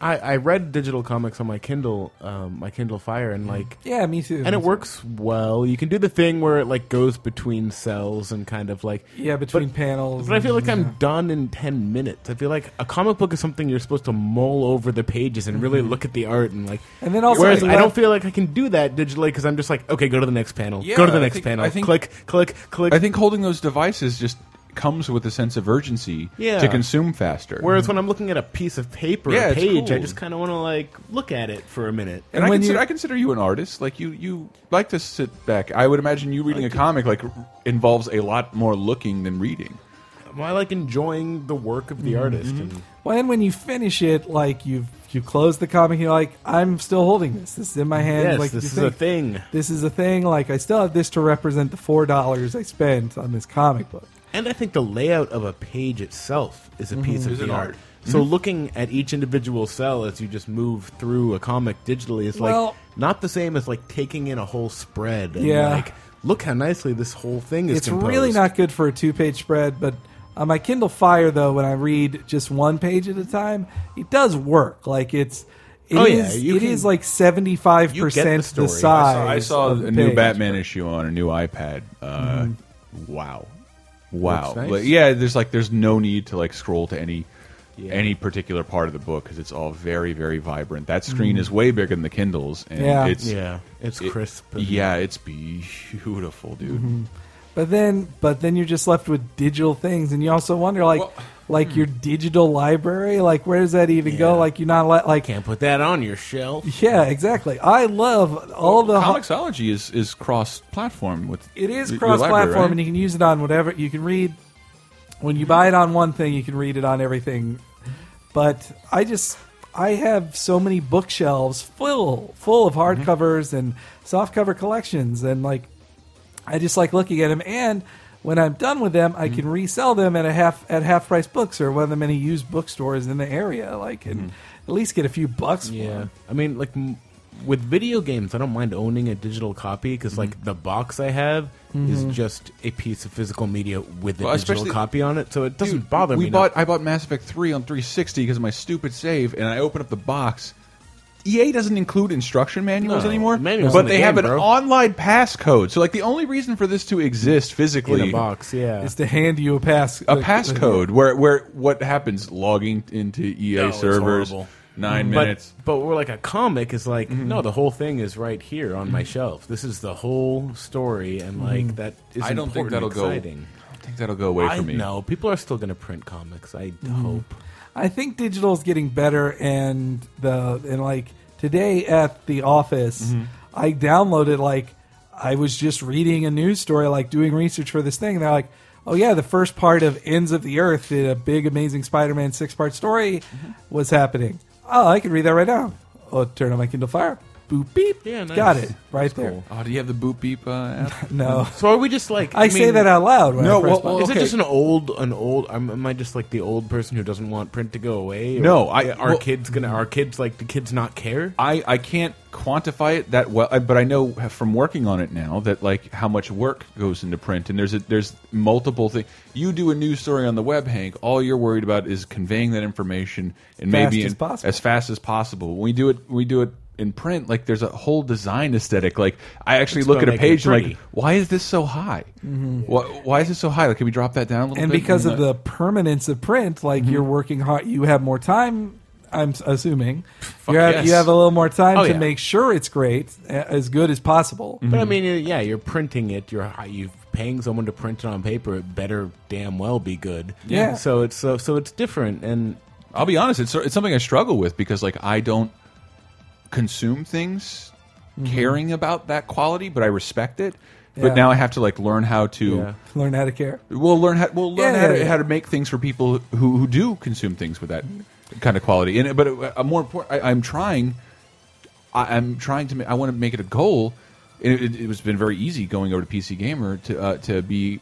[SPEAKER 3] I, I read digital comics on my Kindle, um, my Kindle Fire, and like,
[SPEAKER 1] Mm-hmm. yeah, me too.
[SPEAKER 3] and it works well. You can do the thing where it like goes between cells and kind of like
[SPEAKER 1] Yeah, between
[SPEAKER 3] but-
[SPEAKER 1] panels.
[SPEAKER 3] But I feel
[SPEAKER 1] and-
[SPEAKER 3] like I'm done in 10 minutes. I feel like a comic book is something you're supposed to mull over the pages and really look at the art and like.
[SPEAKER 1] Mm-hmm. And then also
[SPEAKER 3] whereas
[SPEAKER 1] the
[SPEAKER 3] I don't
[SPEAKER 1] left-
[SPEAKER 3] feel like I can do that digitally because I'm just like, okay, go to the next panel,
[SPEAKER 2] Yeah,
[SPEAKER 3] go to the
[SPEAKER 2] I
[SPEAKER 3] next
[SPEAKER 2] think-
[SPEAKER 3] panel,
[SPEAKER 2] I think-
[SPEAKER 3] click, click, click.
[SPEAKER 2] I think holding those devices just comes with a sense of urgency
[SPEAKER 3] Yeah.
[SPEAKER 2] to consume faster.
[SPEAKER 3] Whereas when I'm looking at a piece of paper,
[SPEAKER 2] Yeah,
[SPEAKER 3] a
[SPEAKER 2] it's
[SPEAKER 3] page, I
[SPEAKER 2] cool.
[SPEAKER 3] just kind of want to like look at it for a minute.
[SPEAKER 2] and
[SPEAKER 1] And
[SPEAKER 2] I
[SPEAKER 1] when
[SPEAKER 2] consider,
[SPEAKER 1] you-
[SPEAKER 2] I consider you an artist. Like you, you like to sit back. I would imagine you reading a comic like involves a lot more looking than reading.
[SPEAKER 3] Well, I like enjoying the work of the artist. And
[SPEAKER 1] Well, Mm-hmm. and when you finish it, like you've you close the comic, you're like, I'm still holding this. This is in my hand.
[SPEAKER 3] yes,
[SPEAKER 1] like
[SPEAKER 3] this
[SPEAKER 1] you
[SPEAKER 3] is a
[SPEAKER 1] think-
[SPEAKER 3] thing.
[SPEAKER 1] This is a thing. Like I still have this to represent the four dollars I spent on this comic book.
[SPEAKER 3] And I think the layout of a page itself is a piece of
[SPEAKER 2] Mm-hmm. Is
[SPEAKER 3] the
[SPEAKER 2] an
[SPEAKER 3] art.
[SPEAKER 2] art. Mm-hmm.
[SPEAKER 3] So looking at each individual cell as you just move through a comic digitally is
[SPEAKER 1] Well-
[SPEAKER 3] like not the same as like taking in a whole spread. And
[SPEAKER 1] Yeah.
[SPEAKER 3] Like, look how nicely this whole thing is.
[SPEAKER 1] It's really
[SPEAKER 3] composed.
[SPEAKER 1] not good for a two-page spread, but on my Kindle Fire though, when I read just one page at a time, it does work. Like it's it is
[SPEAKER 3] Oh, yeah, you
[SPEAKER 1] it
[SPEAKER 3] can-
[SPEAKER 1] is like seventy-five
[SPEAKER 3] you get the
[SPEAKER 1] percent the
[SPEAKER 3] story.
[SPEAKER 1] size.
[SPEAKER 2] Oh, I saw
[SPEAKER 1] of the
[SPEAKER 2] a new
[SPEAKER 1] page.
[SPEAKER 2] Batman issue on a new iPad. Uh, Wow, wow!
[SPEAKER 3] Looks nice.
[SPEAKER 2] But yeah, there's like there's no need to like scroll to any
[SPEAKER 3] Yeah.
[SPEAKER 2] any particular part of the book because it's all very very vibrant. That screen is way bigger than the Kindles, and
[SPEAKER 1] Yeah.
[SPEAKER 2] it's
[SPEAKER 3] Yeah, it's
[SPEAKER 2] it-
[SPEAKER 3] crisp. and-
[SPEAKER 2] yeah, it's beautiful, dude.
[SPEAKER 1] But then, but then you're just left with digital things, and you also wonder, like,
[SPEAKER 2] Well,
[SPEAKER 1] like your digital library, like where does that even go?
[SPEAKER 3] hmm. Yeah.
[SPEAKER 1] Like you're not let, like,
[SPEAKER 3] Can't put that on your shelf.
[SPEAKER 1] yeah, exactly. I love all the ho-
[SPEAKER 2] Comixology is is cross platform with
[SPEAKER 1] It is
[SPEAKER 2] your
[SPEAKER 1] cross-platform,
[SPEAKER 2] library, right?
[SPEAKER 1] and you can use it on whatever you can read. When you buy it on one thing, you can read it on everything. But I just I have so many bookshelves full full of
[SPEAKER 2] Mm-hmm.
[SPEAKER 1] hardcovers and softcover collections, and like I just like looking at them. And when I'm done with them,
[SPEAKER 2] Mm-hmm.
[SPEAKER 1] I can resell them at a half at half price books or one of the many used bookstores in the area. Like and
[SPEAKER 2] Mm-hmm.
[SPEAKER 1] at least get a few bucks. for
[SPEAKER 3] Yeah,
[SPEAKER 1] them.
[SPEAKER 3] I mean, like m- with video games, I don't mind owning a digital copy because,
[SPEAKER 2] Mm-hmm.
[SPEAKER 3] like, the box I have is just a piece of physical media with a
[SPEAKER 2] Well,
[SPEAKER 3] digital
[SPEAKER 2] especially-
[SPEAKER 3] copy on it, so it doesn't
[SPEAKER 2] Dude,
[SPEAKER 3] bother
[SPEAKER 2] we
[SPEAKER 3] me.
[SPEAKER 2] bought I bought Mass Effect 3 on 360 because of my stupid save, and I open up the box. EA doesn't include instruction manuals
[SPEAKER 3] No,
[SPEAKER 2] anymore,
[SPEAKER 3] manuals
[SPEAKER 2] but
[SPEAKER 3] in the
[SPEAKER 2] they
[SPEAKER 3] game,
[SPEAKER 2] have an
[SPEAKER 3] bro.
[SPEAKER 2] online passcode. So, like, the only reason for this to exist
[SPEAKER 3] in
[SPEAKER 2] physically
[SPEAKER 3] a box. Yeah,
[SPEAKER 1] Is to hand you a pass
[SPEAKER 2] a passcode where where what happens logging into EA
[SPEAKER 3] No, it's
[SPEAKER 2] servers
[SPEAKER 3] horrible.
[SPEAKER 2] nine
[SPEAKER 3] but,
[SPEAKER 2] minutes. Mm-hmm.
[SPEAKER 3] But we're like a comic is like no, the whole thing is right here on my shelf. This is the whole story, and
[SPEAKER 1] Mm-hmm.
[SPEAKER 3] like that is
[SPEAKER 2] I don't think
[SPEAKER 3] important,
[SPEAKER 2] that'll
[SPEAKER 3] exciting.
[SPEAKER 2] go. I don't think that'll go away
[SPEAKER 3] I
[SPEAKER 2] from me.
[SPEAKER 3] know people are still going to print comics. I
[SPEAKER 1] Mm-hmm.
[SPEAKER 3] hope.
[SPEAKER 1] I think digital is getting better, and the and like today at the office,
[SPEAKER 3] Mm-hmm.
[SPEAKER 1] I downloaded like I was just reading a news story, like doing research for this thing, and they're like, "Oh yeah, the first part of Ends of the Earth, a big amazing Spider-Man six-part story,
[SPEAKER 3] Mm-hmm.
[SPEAKER 1] was happening." Oh, I can read that right now. Oh, turn on my Kindle Fire. Boop beep.
[SPEAKER 3] Yeah, nice.
[SPEAKER 1] got it right
[SPEAKER 3] That's
[SPEAKER 1] there.
[SPEAKER 3] cool.
[SPEAKER 2] Oh, do you have the boop beep uh, app?
[SPEAKER 1] No,
[SPEAKER 3] So are we just like?
[SPEAKER 1] I, say
[SPEAKER 3] mean,
[SPEAKER 1] that out loud. When I
[SPEAKER 2] No,
[SPEAKER 1] press
[SPEAKER 2] well-
[SPEAKER 1] button.
[SPEAKER 3] Is
[SPEAKER 2] Okay.
[SPEAKER 3] it just an old, an old? am- Am I just like the old person who doesn't want print to go away? Or
[SPEAKER 2] No, I-
[SPEAKER 3] are
[SPEAKER 2] well-
[SPEAKER 3] kids gonna? Are kids like the kids not care?
[SPEAKER 2] I, I can't quantify it that well, I- but I know from working on it now that like how much work goes into print, and there's a, there's multiple things. You do a news story on the web, Hank. All you're worried about is conveying that information and
[SPEAKER 1] Fast
[SPEAKER 2] maybe
[SPEAKER 1] as
[SPEAKER 2] in-
[SPEAKER 1] possible.
[SPEAKER 2] as fast as possible. When we do it, we do it in print. Like there's a whole design aesthetic. Like I actually
[SPEAKER 3] It's
[SPEAKER 2] look at
[SPEAKER 3] gotta make
[SPEAKER 2] a
[SPEAKER 3] it
[SPEAKER 2] page and like,
[SPEAKER 3] pretty.
[SPEAKER 2] why is this so high? Why, why is it so high? Like, can we drop that down a little
[SPEAKER 1] Mm-hmm. and
[SPEAKER 2] bit?
[SPEAKER 1] because of the permanence of print, like
[SPEAKER 3] Mm-hmm.
[SPEAKER 1] you're working hard, you have more time. I'm s- assuming you have
[SPEAKER 2] yes.
[SPEAKER 1] you have a little more time
[SPEAKER 3] Oh,
[SPEAKER 1] to
[SPEAKER 3] yeah.
[SPEAKER 1] make sure it's great, a- as good as possible.
[SPEAKER 3] But I mean, uh, yeah, you're printing it. You're hi- you paying someone to print it on paper. It better damn well be good.
[SPEAKER 1] Yeah.
[SPEAKER 3] So it's so so it's different, and
[SPEAKER 2] I'll be honest, it's it's something I struggle with because like I don't consume things caring about that quality, but I respect it.
[SPEAKER 1] Yeah.
[SPEAKER 2] But now I have to like learn how to
[SPEAKER 3] Yeah.
[SPEAKER 1] Learn how to care.
[SPEAKER 2] we'll learn how we'll learn
[SPEAKER 1] Yeah,
[SPEAKER 2] how,
[SPEAKER 1] yeah,
[SPEAKER 2] to,
[SPEAKER 1] yeah.
[SPEAKER 2] how to make things for people who who do consume things with that kind of quality. And but uh, more important, I, I'm trying. I, I'm trying to. ma- I want to make it a goal. And it, it, has been very easy going over to PC Gamer to uh, to be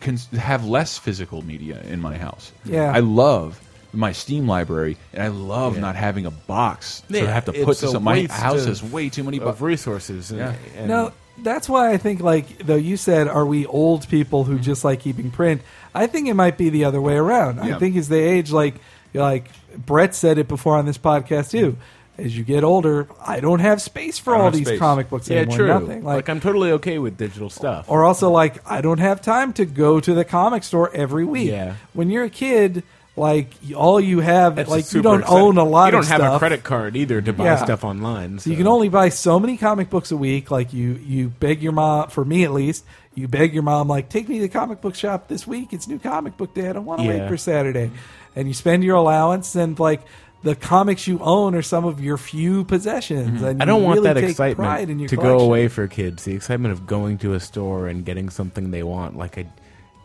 [SPEAKER 2] cons- have less physical media in my house.
[SPEAKER 1] Yeah.
[SPEAKER 2] I love my Steam library, and I love not having a box. So I
[SPEAKER 3] Yeah,
[SPEAKER 2] have to
[SPEAKER 3] it's
[SPEAKER 2] put this.
[SPEAKER 3] a
[SPEAKER 2] up. My
[SPEAKER 3] waste
[SPEAKER 2] house
[SPEAKER 3] of-
[SPEAKER 2] has way too many.
[SPEAKER 3] of
[SPEAKER 2] boxes.
[SPEAKER 3] resources. And,
[SPEAKER 2] Yeah.
[SPEAKER 3] and-
[SPEAKER 1] No, that's why I think like though you said, are we old people
[SPEAKER 3] Mm-hmm.
[SPEAKER 1] who just like keeping print? I think it might be the other way around. I
[SPEAKER 2] Yeah.
[SPEAKER 1] think as they age, like like Brett said it before on this podcast too.
[SPEAKER 3] Mm-hmm.
[SPEAKER 1] As you get older, I don't have space for
[SPEAKER 2] I don't
[SPEAKER 1] all
[SPEAKER 2] have
[SPEAKER 1] these
[SPEAKER 2] space.
[SPEAKER 1] comic books
[SPEAKER 3] yeah,
[SPEAKER 1] anymore.
[SPEAKER 3] true.
[SPEAKER 1] Nothing
[SPEAKER 3] like, I'm totally okay with digital stuff.
[SPEAKER 1] Or also like I don't have time to go to the comic store every week.
[SPEAKER 3] Yeah.
[SPEAKER 1] When you're a kid, like y- all you have,
[SPEAKER 3] That's
[SPEAKER 1] like you
[SPEAKER 3] super
[SPEAKER 1] don't
[SPEAKER 3] exciting.
[SPEAKER 1] own a lot.
[SPEAKER 3] You don't
[SPEAKER 1] of
[SPEAKER 3] have
[SPEAKER 1] stuff.
[SPEAKER 3] a credit card either to buy
[SPEAKER 1] Yeah.
[SPEAKER 3] stuff online. So,
[SPEAKER 1] So you can only buy so many comic books a week. Like you, you beg your mom. For me, at least, you beg your mom. Like, take me to the comic book shop this week. It's new comic book day. I don't want to wait
[SPEAKER 3] Yeah.
[SPEAKER 1] for Saturday. And you spend your allowance, and like the comics you own are some of your few possessions. And
[SPEAKER 3] Mm-hmm. I don't
[SPEAKER 1] you
[SPEAKER 3] want
[SPEAKER 1] really
[SPEAKER 3] that
[SPEAKER 1] take pride in
[SPEAKER 3] excitement
[SPEAKER 1] your
[SPEAKER 3] to go
[SPEAKER 1] collection.
[SPEAKER 3] away for kids. The excitement of going to a store and getting something they want. Like I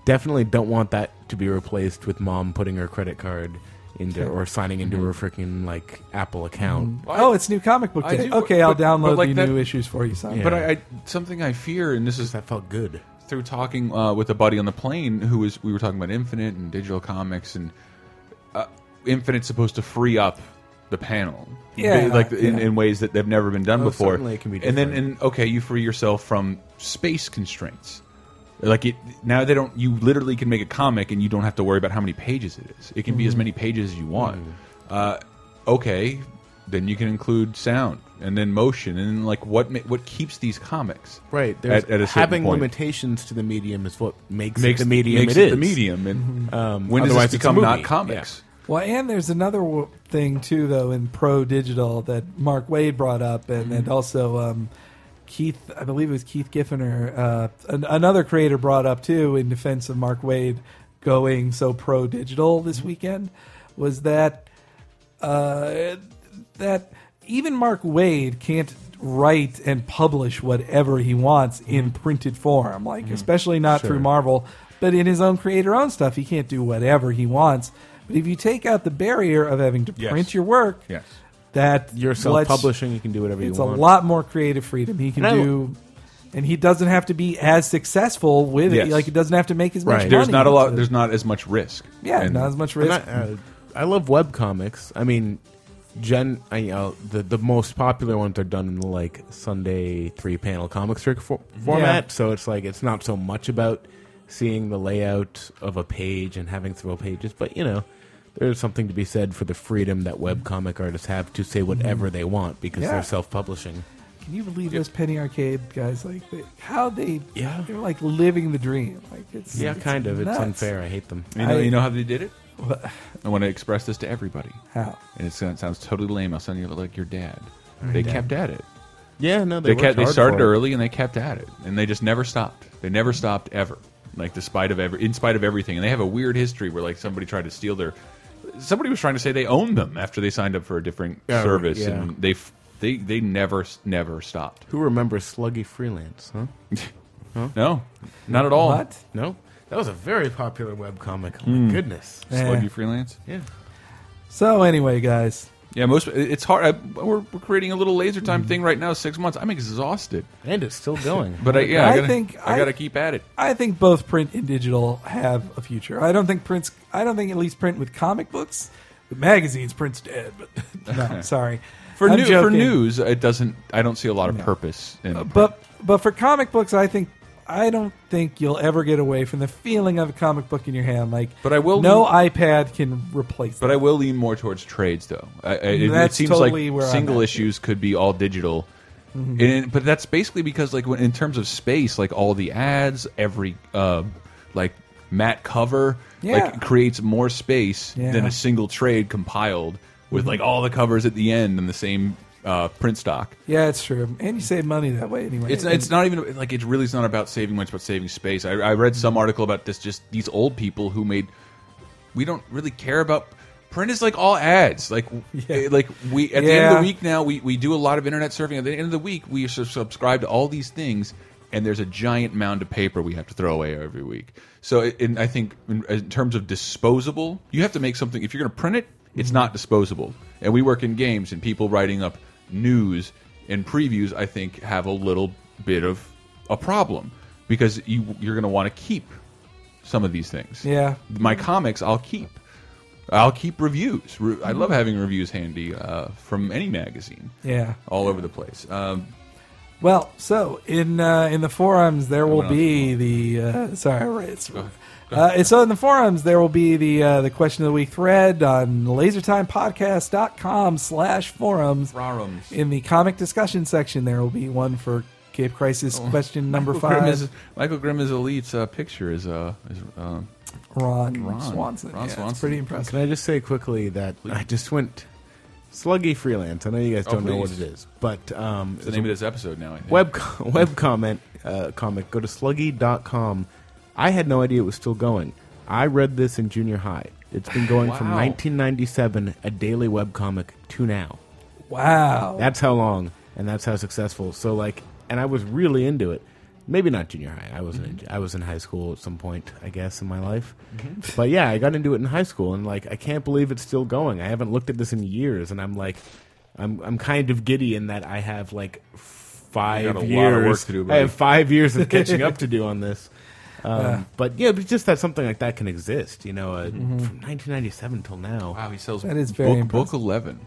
[SPEAKER 3] definitely don't want that to be replaced with mom putting her credit card into or signing into her freaking like Apple account.
[SPEAKER 1] Oh, it's new comic book
[SPEAKER 2] I
[SPEAKER 1] day.
[SPEAKER 2] do,
[SPEAKER 1] okay,
[SPEAKER 2] but-
[SPEAKER 1] I'll
[SPEAKER 2] but
[SPEAKER 1] download
[SPEAKER 2] like
[SPEAKER 1] the
[SPEAKER 2] that-
[SPEAKER 1] new issues for you, son.
[SPEAKER 3] Yeah.
[SPEAKER 2] But I, I something I fear, and this is
[SPEAKER 3] That felt good.
[SPEAKER 2] through talking uh, with a buddy on the plane who was we were talking about infinite and digital comics and uh, infinite's supposed to free up the panel
[SPEAKER 1] Yeah.
[SPEAKER 2] Ba- like in,
[SPEAKER 1] Yeah.
[SPEAKER 2] in ways that they've never been done
[SPEAKER 3] Oh,
[SPEAKER 2] before
[SPEAKER 3] certainly it can be
[SPEAKER 2] and then
[SPEAKER 3] different.
[SPEAKER 2] and okay you free yourself from space constraints like it now they don't you literally can make a comic and you don't have to worry about how many pages it is it can
[SPEAKER 3] Mm-hmm.
[SPEAKER 2] be as many pages as you want uh, okay then you can include sound and then motion and then like what ma- what keeps these comics
[SPEAKER 3] Right. There's
[SPEAKER 2] at, at a certain
[SPEAKER 3] having
[SPEAKER 2] point
[SPEAKER 3] limitations to the medium is what makes,
[SPEAKER 2] makes
[SPEAKER 3] it the medium
[SPEAKER 2] makes
[SPEAKER 3] it is.
[SPEAKER 2] the medium and
[SPEAKER 3] Um,
[SPEAKER 2] when does
[SPEAKER 3] otherwise
[SPEAKER 2] this
[SPEAKER 3] it's a
[SPEAKER 2] become
[SPEAKER 3] movie.
[SPEAKER 2] not comics
[SPEAKER 1] Well, and there's another w- thing too, though, in pro digital that Mark Wade brought up, and and also um, Keith, I believe it was Keith Giffener, uh, an, another creator brought up too in defense of Mark Wade going so pro digital this weekend was that uh, that even Mark Wade can't write and publish whatever he wants in
[SPEAKER 2] Mm-hmm.
[SPEAKER 1] printed form, like especially not through Marvel, but in his own creator own stuff, he can't do whatever he wants. But if you take out the barrier of having to
[SPEAKER 2] Yes.
[SPEAKER 1] print your work,
[SPEAKER 2] Yes.
[SPEAKER 1] that
[SPEAKER 3] You're
[SPEAKER 1] lets-
[SPEAKER 3] self-publishing. You can do whatever
[SPEAKER 1] it's
[SPEAKER 3] you
[SPEAKER 1] a
[SPEAKER 3] want.
[SPEAKER 1] lot more creative freedom he can
[SPEAKER 3] And I-
[SPEAKER 1] do. And he doesn't have to be as successful with
[SPEAKER 2] Yes.
[SPEAKER 1] it. Like he doesn't have to make as much
[SPEAKER 3] Right.
[SPEAKER 1] money.
[SPEAKER 2] there's not a lot
[SPEAKER 1] to-
[SPEAKER 2] there's not as much risk
[SPEAKER 1] yeah,
[SPEAKER 2] And-
[SPEAKER 1] not as much
[SPEAKER 3] And
[SPEAKER 1] risk.
[SPEAKER 3] I, uh, I love web comics. I mean, gen I, you know, the the most popular ones are done in the like Sunday three panel comic strip for- format. So it's like it's not so much about seeing the layout of a page and having throw pages, but you know. There's something to be said for the freedom that web comic artists have to say whatever they want because
[SPEAKER 1] Mm-hmm. Yeah.
[SPEAKER 3] they're self-publishing.
[SPEAKER 1] Can you believe those Penny Arcade guys? Like they, how they,
[SPEAKER 3] Yeah.
[SPEAKER 1] they're like living the dream. Like it's
[SPEAKER 3] Yeah,
[SPEAKER 1] it's
[SPEAKER 3] kind of. It's
[SPEAKER 1] nuts.
[SPEAKER 3] unfair. I hate them.
[SPEAKER 2] you know
[SPEAKER 1] I-
[SPEAKER 2] you know how they did it I want to express this to everybody.
[SPEAKER 1] How?
[SPEAKER 2] And it sounds, sounds totally lame. I'll sound like your dad. They kept at it.
[SPEAKER 3] Yeah, no, they
[SPEAKER 2] They, kept.
[SPEAKER 3] worked
[SPEAKER 2] They
[SPEAKER 3] hard
[SPEAKER 2] started
[SPEAKER 3] for it.
[SPEAKER 2] early and they kept at it, and they just never stopped. They never stopped ever. Like despite of every, in spite of everything, and they have a weird history where like somebody tried to steal their. Somebody was trying to say they owned them after they signed up for a different
[SPEAKER 3] Oh,
[SPEAKER 2] service,
[SPEAKER 3] yeah.
[SPEAKER 2] and they f- they they never never stopped.
[SPEAKER 3] Who remembers Sluggy Freelance? Huh?
[SPEAKER 2] No, not at all.
[SPEAKER 1] What?
[SPEAKER 3] No, that was a very popular webcomic. Oh
[SPEAKER 2] Hmm.
[SPEAKER 3] my goodness.
[SPEAKER 1] Eh.
[SPEAKER 2] Sluggy freelance.
[SPEAKER 3] Yeah.
[SPEAKER 1] So anyway, guys,
[SPEAKER 2] Yeah, most it's hard. I, we're, we're creating a little laser time
[SPEAKER 1] Mm-hmm.
[SPEAKER 2] thing right now. Six months. I'm exhausted,
[SPEAKER 3] And it's still going.
[SPEAKER 2] but I, yeah, I,
[SPEAKER 1] I
[SPEAKER 2] gotta,
[SPEAKER 1] think
[SPEAKER 2] I,
[SPEAKER 1] I-
[SPEAKER 2] gotta keep at it.
[SPEAKER 1] I think both print and digital have a future. I don't think prints. I don't think at least print with comic books. The magazines print's dead, but no, sorry.
[SPEAKER 2] For,
[SPEAKER 1] I'm
[SPEAKER 2] new, for
[SPEAKER 1] joking. Uh,
[SPEAKER 2] news, it doesn't. I don't see a lot of purpose. In
[SPEAKER 1] But but for comic books, I think I don't think you'll ever get away from the feeling of a comic book in your hand. Like,
[SPEAKER 2] But I will-
[SPEAKER 1] No iPad can replace.
[SPEAKER 2] But
[SPEAKER 1] that.
[SPEAKER 2] I will lean more towards trades, though. I, I, it, it
[SPEAKER 1] That's
[SPEAKER 2] seems
[SPEAKER 1] totally
[SPEAKER 2] like
[SPEAKER 1] where I'm
[SPEAKER 2] single
[SPEAKER 1] at, Mm-hmm.
[SPEAKER 2] issues could be all digital, and, but that's basically because, like, when, in terms of space, like all the ads, every uh, like matte cover,
[SPEAKER 1] Yeah.
[SPEAKER 2] like creates more space than
[SPEAKER 1] Yeah. Mm-hmm.
[SPEAKER 2] a single trade compiled with like all the covers at the end and the same uh, print stock.
[SPEAKER 1] yeah, it's true, and you save money that way anyway.
[SPEAKER 2] It's it's not even like it really is not about saving much, but saving space. I, I read some article about this. Just these old people who made. We don't really care about print. Is like all ads. Like eh, like we at the end of
[SPEAKER 1] Yeah.
[SPEAKER 2] the week now we we do a lot of internet surfing. At the end of the week we are sub- subscribe to all these things. And there's a giant mound of paper we have to throw away every week. So, it- in, I think in, in terms of disposable, you have to make something. If you're going to print it, it's not disposable. And we work in games, and people writing up news and previews, I think, have a little bit of a problem because you, you're going to want to keep some of these things.
[SPEAKER 1] Yeah.
[SPEAKER 2] my comics I'll keep. I'll keep reviews. Re I love having reviews handy uh, from any magazine.
[SPEAKER 1] Mm-hmm. Yeah.
[SPEAKER 2] all over the place. Um,
[SPEAKER 1] Well, so in uh, in the forums there will
[SPEAKER 2] on.
[SPEAKER 1] be the uh, sorry, I read it's, uh, so in the forums there will be the uh, the question of the week thread on lasertimepodcast.com slash forums.
[SPEAKER 2] Forums.
[SPEAKER 1] In the comic discussion section, there will be one for Cape Crisis question number
[SPEAKER 2] Michael Grimm
[SPEAKER 1] five.
[SPEAKER 2] Oh. is- Michael Grimm is elite's uh, picture is uh, is uh,
[SPEAKER 1] Ron,
[SPEAKER 2] Ron.
[SPEAKER 1] Swanson.
[SPEAKER 2] Ron
[SPEAKER 1] yeah, it's
[SPEAKER 2] Swanson.
[SPEAKER 1] pretty impressive.
[SPEAKER 3] Can I just say quickly that I just went Sluggy Freelance. I know you guys
[SPEAKER 2] Oh,
[SPEAKER 3] don't know what
[SPEAKER 2] please.
[SPEAKER 3] it is, but um,
[SPEAKER 2] the name of this episode now. I think.
[SPEAKER 3] web web comment uh, comic. Go to sluggy.com. I had no idea it was still going. I read this in junior high. It's been going from
[SPEAKER 2] Wow.
[SPEAKER 3] 1997, a daily web comic, to now.
[SPEAKER 1] Wow.
[SPEAKER 3] That's how long, and that's how successful. So like, and I was really into it. Maybe not junior high. I wasn't.
[SPEAKER 2] Mm-hmm.
[SPEAKER 3] In, I was in high school at some point, I guess, in my life.
[SPEAKER 2] Mm-hmm.
[SPEAKER 3] But yeah, I got into it in high school, and like, I can't believe it's still going. I haven't looked at this in years, and I'm like, I'm I'm kind of giddy in that I have like five
[SPEAKER 2] You got a
[SPEAKER 3] years.
[SPEAKER 2] lot of work to do,
[SPEAKER 3] I
[SPEAKER 2] buddy.
[SPEAKER 3] have five years of catching up to do on this. Um, But yeah, but just that something like that can exist, you know, uh, from 1997 till now.
[SPEAKER 2] Mm-hmm. Wow, Oh. he sells
[SPEAKER 1] That is very
[SPEAKER 2] book, book eleven.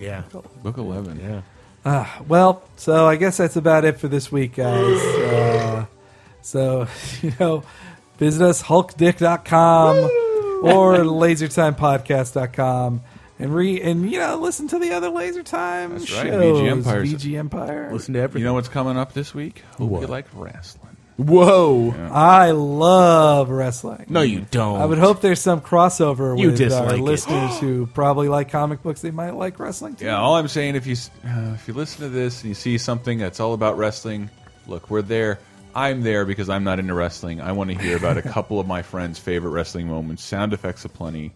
[SPEAKER 3] Yeah,
[SPEAKER 2] Book eleven.
[SPEAKER 3] yeah.
[SPEAKER 1] Ah, well, so I guess that's about it for this week, guys. Uh, so, you know, visit us hulkdick.com or lasertimepodcast.com and re and you know, listen to the other lasertime
[SPEAKER 2] That's right,
[SPEAKER 1] shows.
[SPEAKER 2] VG Empire's-
[SPEAKER 1] VG Empire.
[SPEAKER 3] Listen to
[SPEAKER 2] You
[SPEAKER 3] everything.
[SPEAKER 2] know what's coming up this week? Hope you
[SPEAKER 3] What?
[SPEAKER 2] like wrestling.
[SPEAKER 3] Whoa.
[SPEAKER 1] I love wrestling.
[SPEAKER 3] No, you don't.
[SPEAKER 1] I would hope there's some crossover
[SPEAKER 3] You
[SPEAKER 1] with
[SPEAKER 3] dislike
[SPEAKER 1] our
[SPEAKER 3] it.
[SPEAKER 1] listeners who probably like comic books. They might like wrestling too.
[SPEAKER 2] Yeah, all I'm saying if you s- uh, if you listen to this and you see something that's all about wrestling, look, we're there. I'm there because I'm not into wrestling. I want to hear about a couple of my friends' favorite wrestling moments, sound effects aplenty,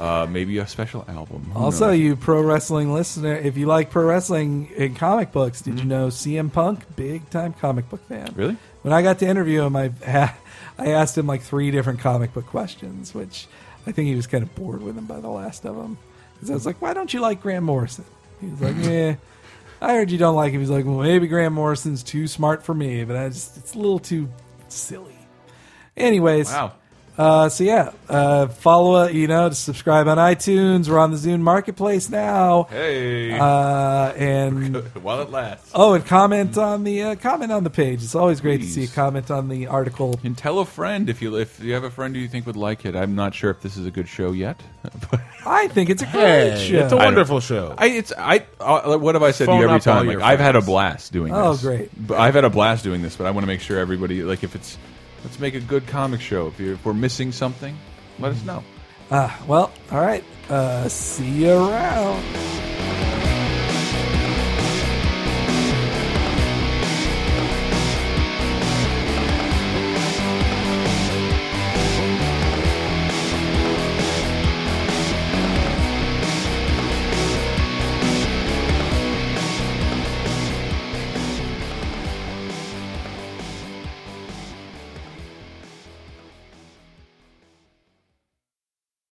[SPEAKER 2] uh, maybe a special album. Who
[SPEAKER 1] Also,
[SPEAKER 2] knows?
[SPEAKER 1] Mm-hmm. you pro wrestling listener, if you like pro wrestling and comic books, did you know CM Punk, big time comic book fan?
[SPEAKER 2] Mm-hmm. Really?
[SPEAKER 1] When I got to interview him, I I asked him like three different comic book questions, which I think he was kind of bored with them by the last of them. Because I was like, "Why don't you like Grant Morrison?" He was like, "Yeah." I heard you don't like him. He's like, well, maybe Grant Morrison's too smart for me, but I just, it's a little too silly. Anyways,
[SPEAKER 2] wow.
[SPEAKER 1] uh, so yeah, uh, follow uh, you know, subscribe on iTunes. We're on the Zune Marketplace now,
[SPEAKER 2] Hey,
[SPEAKER 1] uh, and
[SPEAKER 2] while it lasts.
[SPEAKER 1] oh, and comment on the uh, comment on the page. It's always great to see a
[SPEAKER 2] Please.
[SPEAKER 1] comment on the article.
[SPEAKER 2] And tell a friend if you if you have a friend who you think would like it. I'm not sure if this is a good show yet, but
[SPEAKER 1] I think it's a great
[SPEAKER 3] Hey,
[SPEAKER 1] show.
[SPEAKER 3] it's a wonderful show.
[SPEAKER 2] I it's I uh, what have I said to
[SPEAKER 3] Phone
[SPEAKER 2] you every
[SPEAKER 3] up all
[SPEAKER 2] time? Like
[SPEAKER 3] your
[SPEAKER 2] I've had a
[SPEAKER 3] friends.
[SPEAKER 2] blast doing
[SPEAKER 1] Oh,
[SPEAKER 2] this.
[SPEAKER 1] great.
[SPEAKER 2] But I've had a blast doing this, but I want to make sure everybody like if it's let's make a good comic show. If, you're, if we're missing something, let us know.
[SPEAKER 1] Ah, well, all right. Uh, see you around.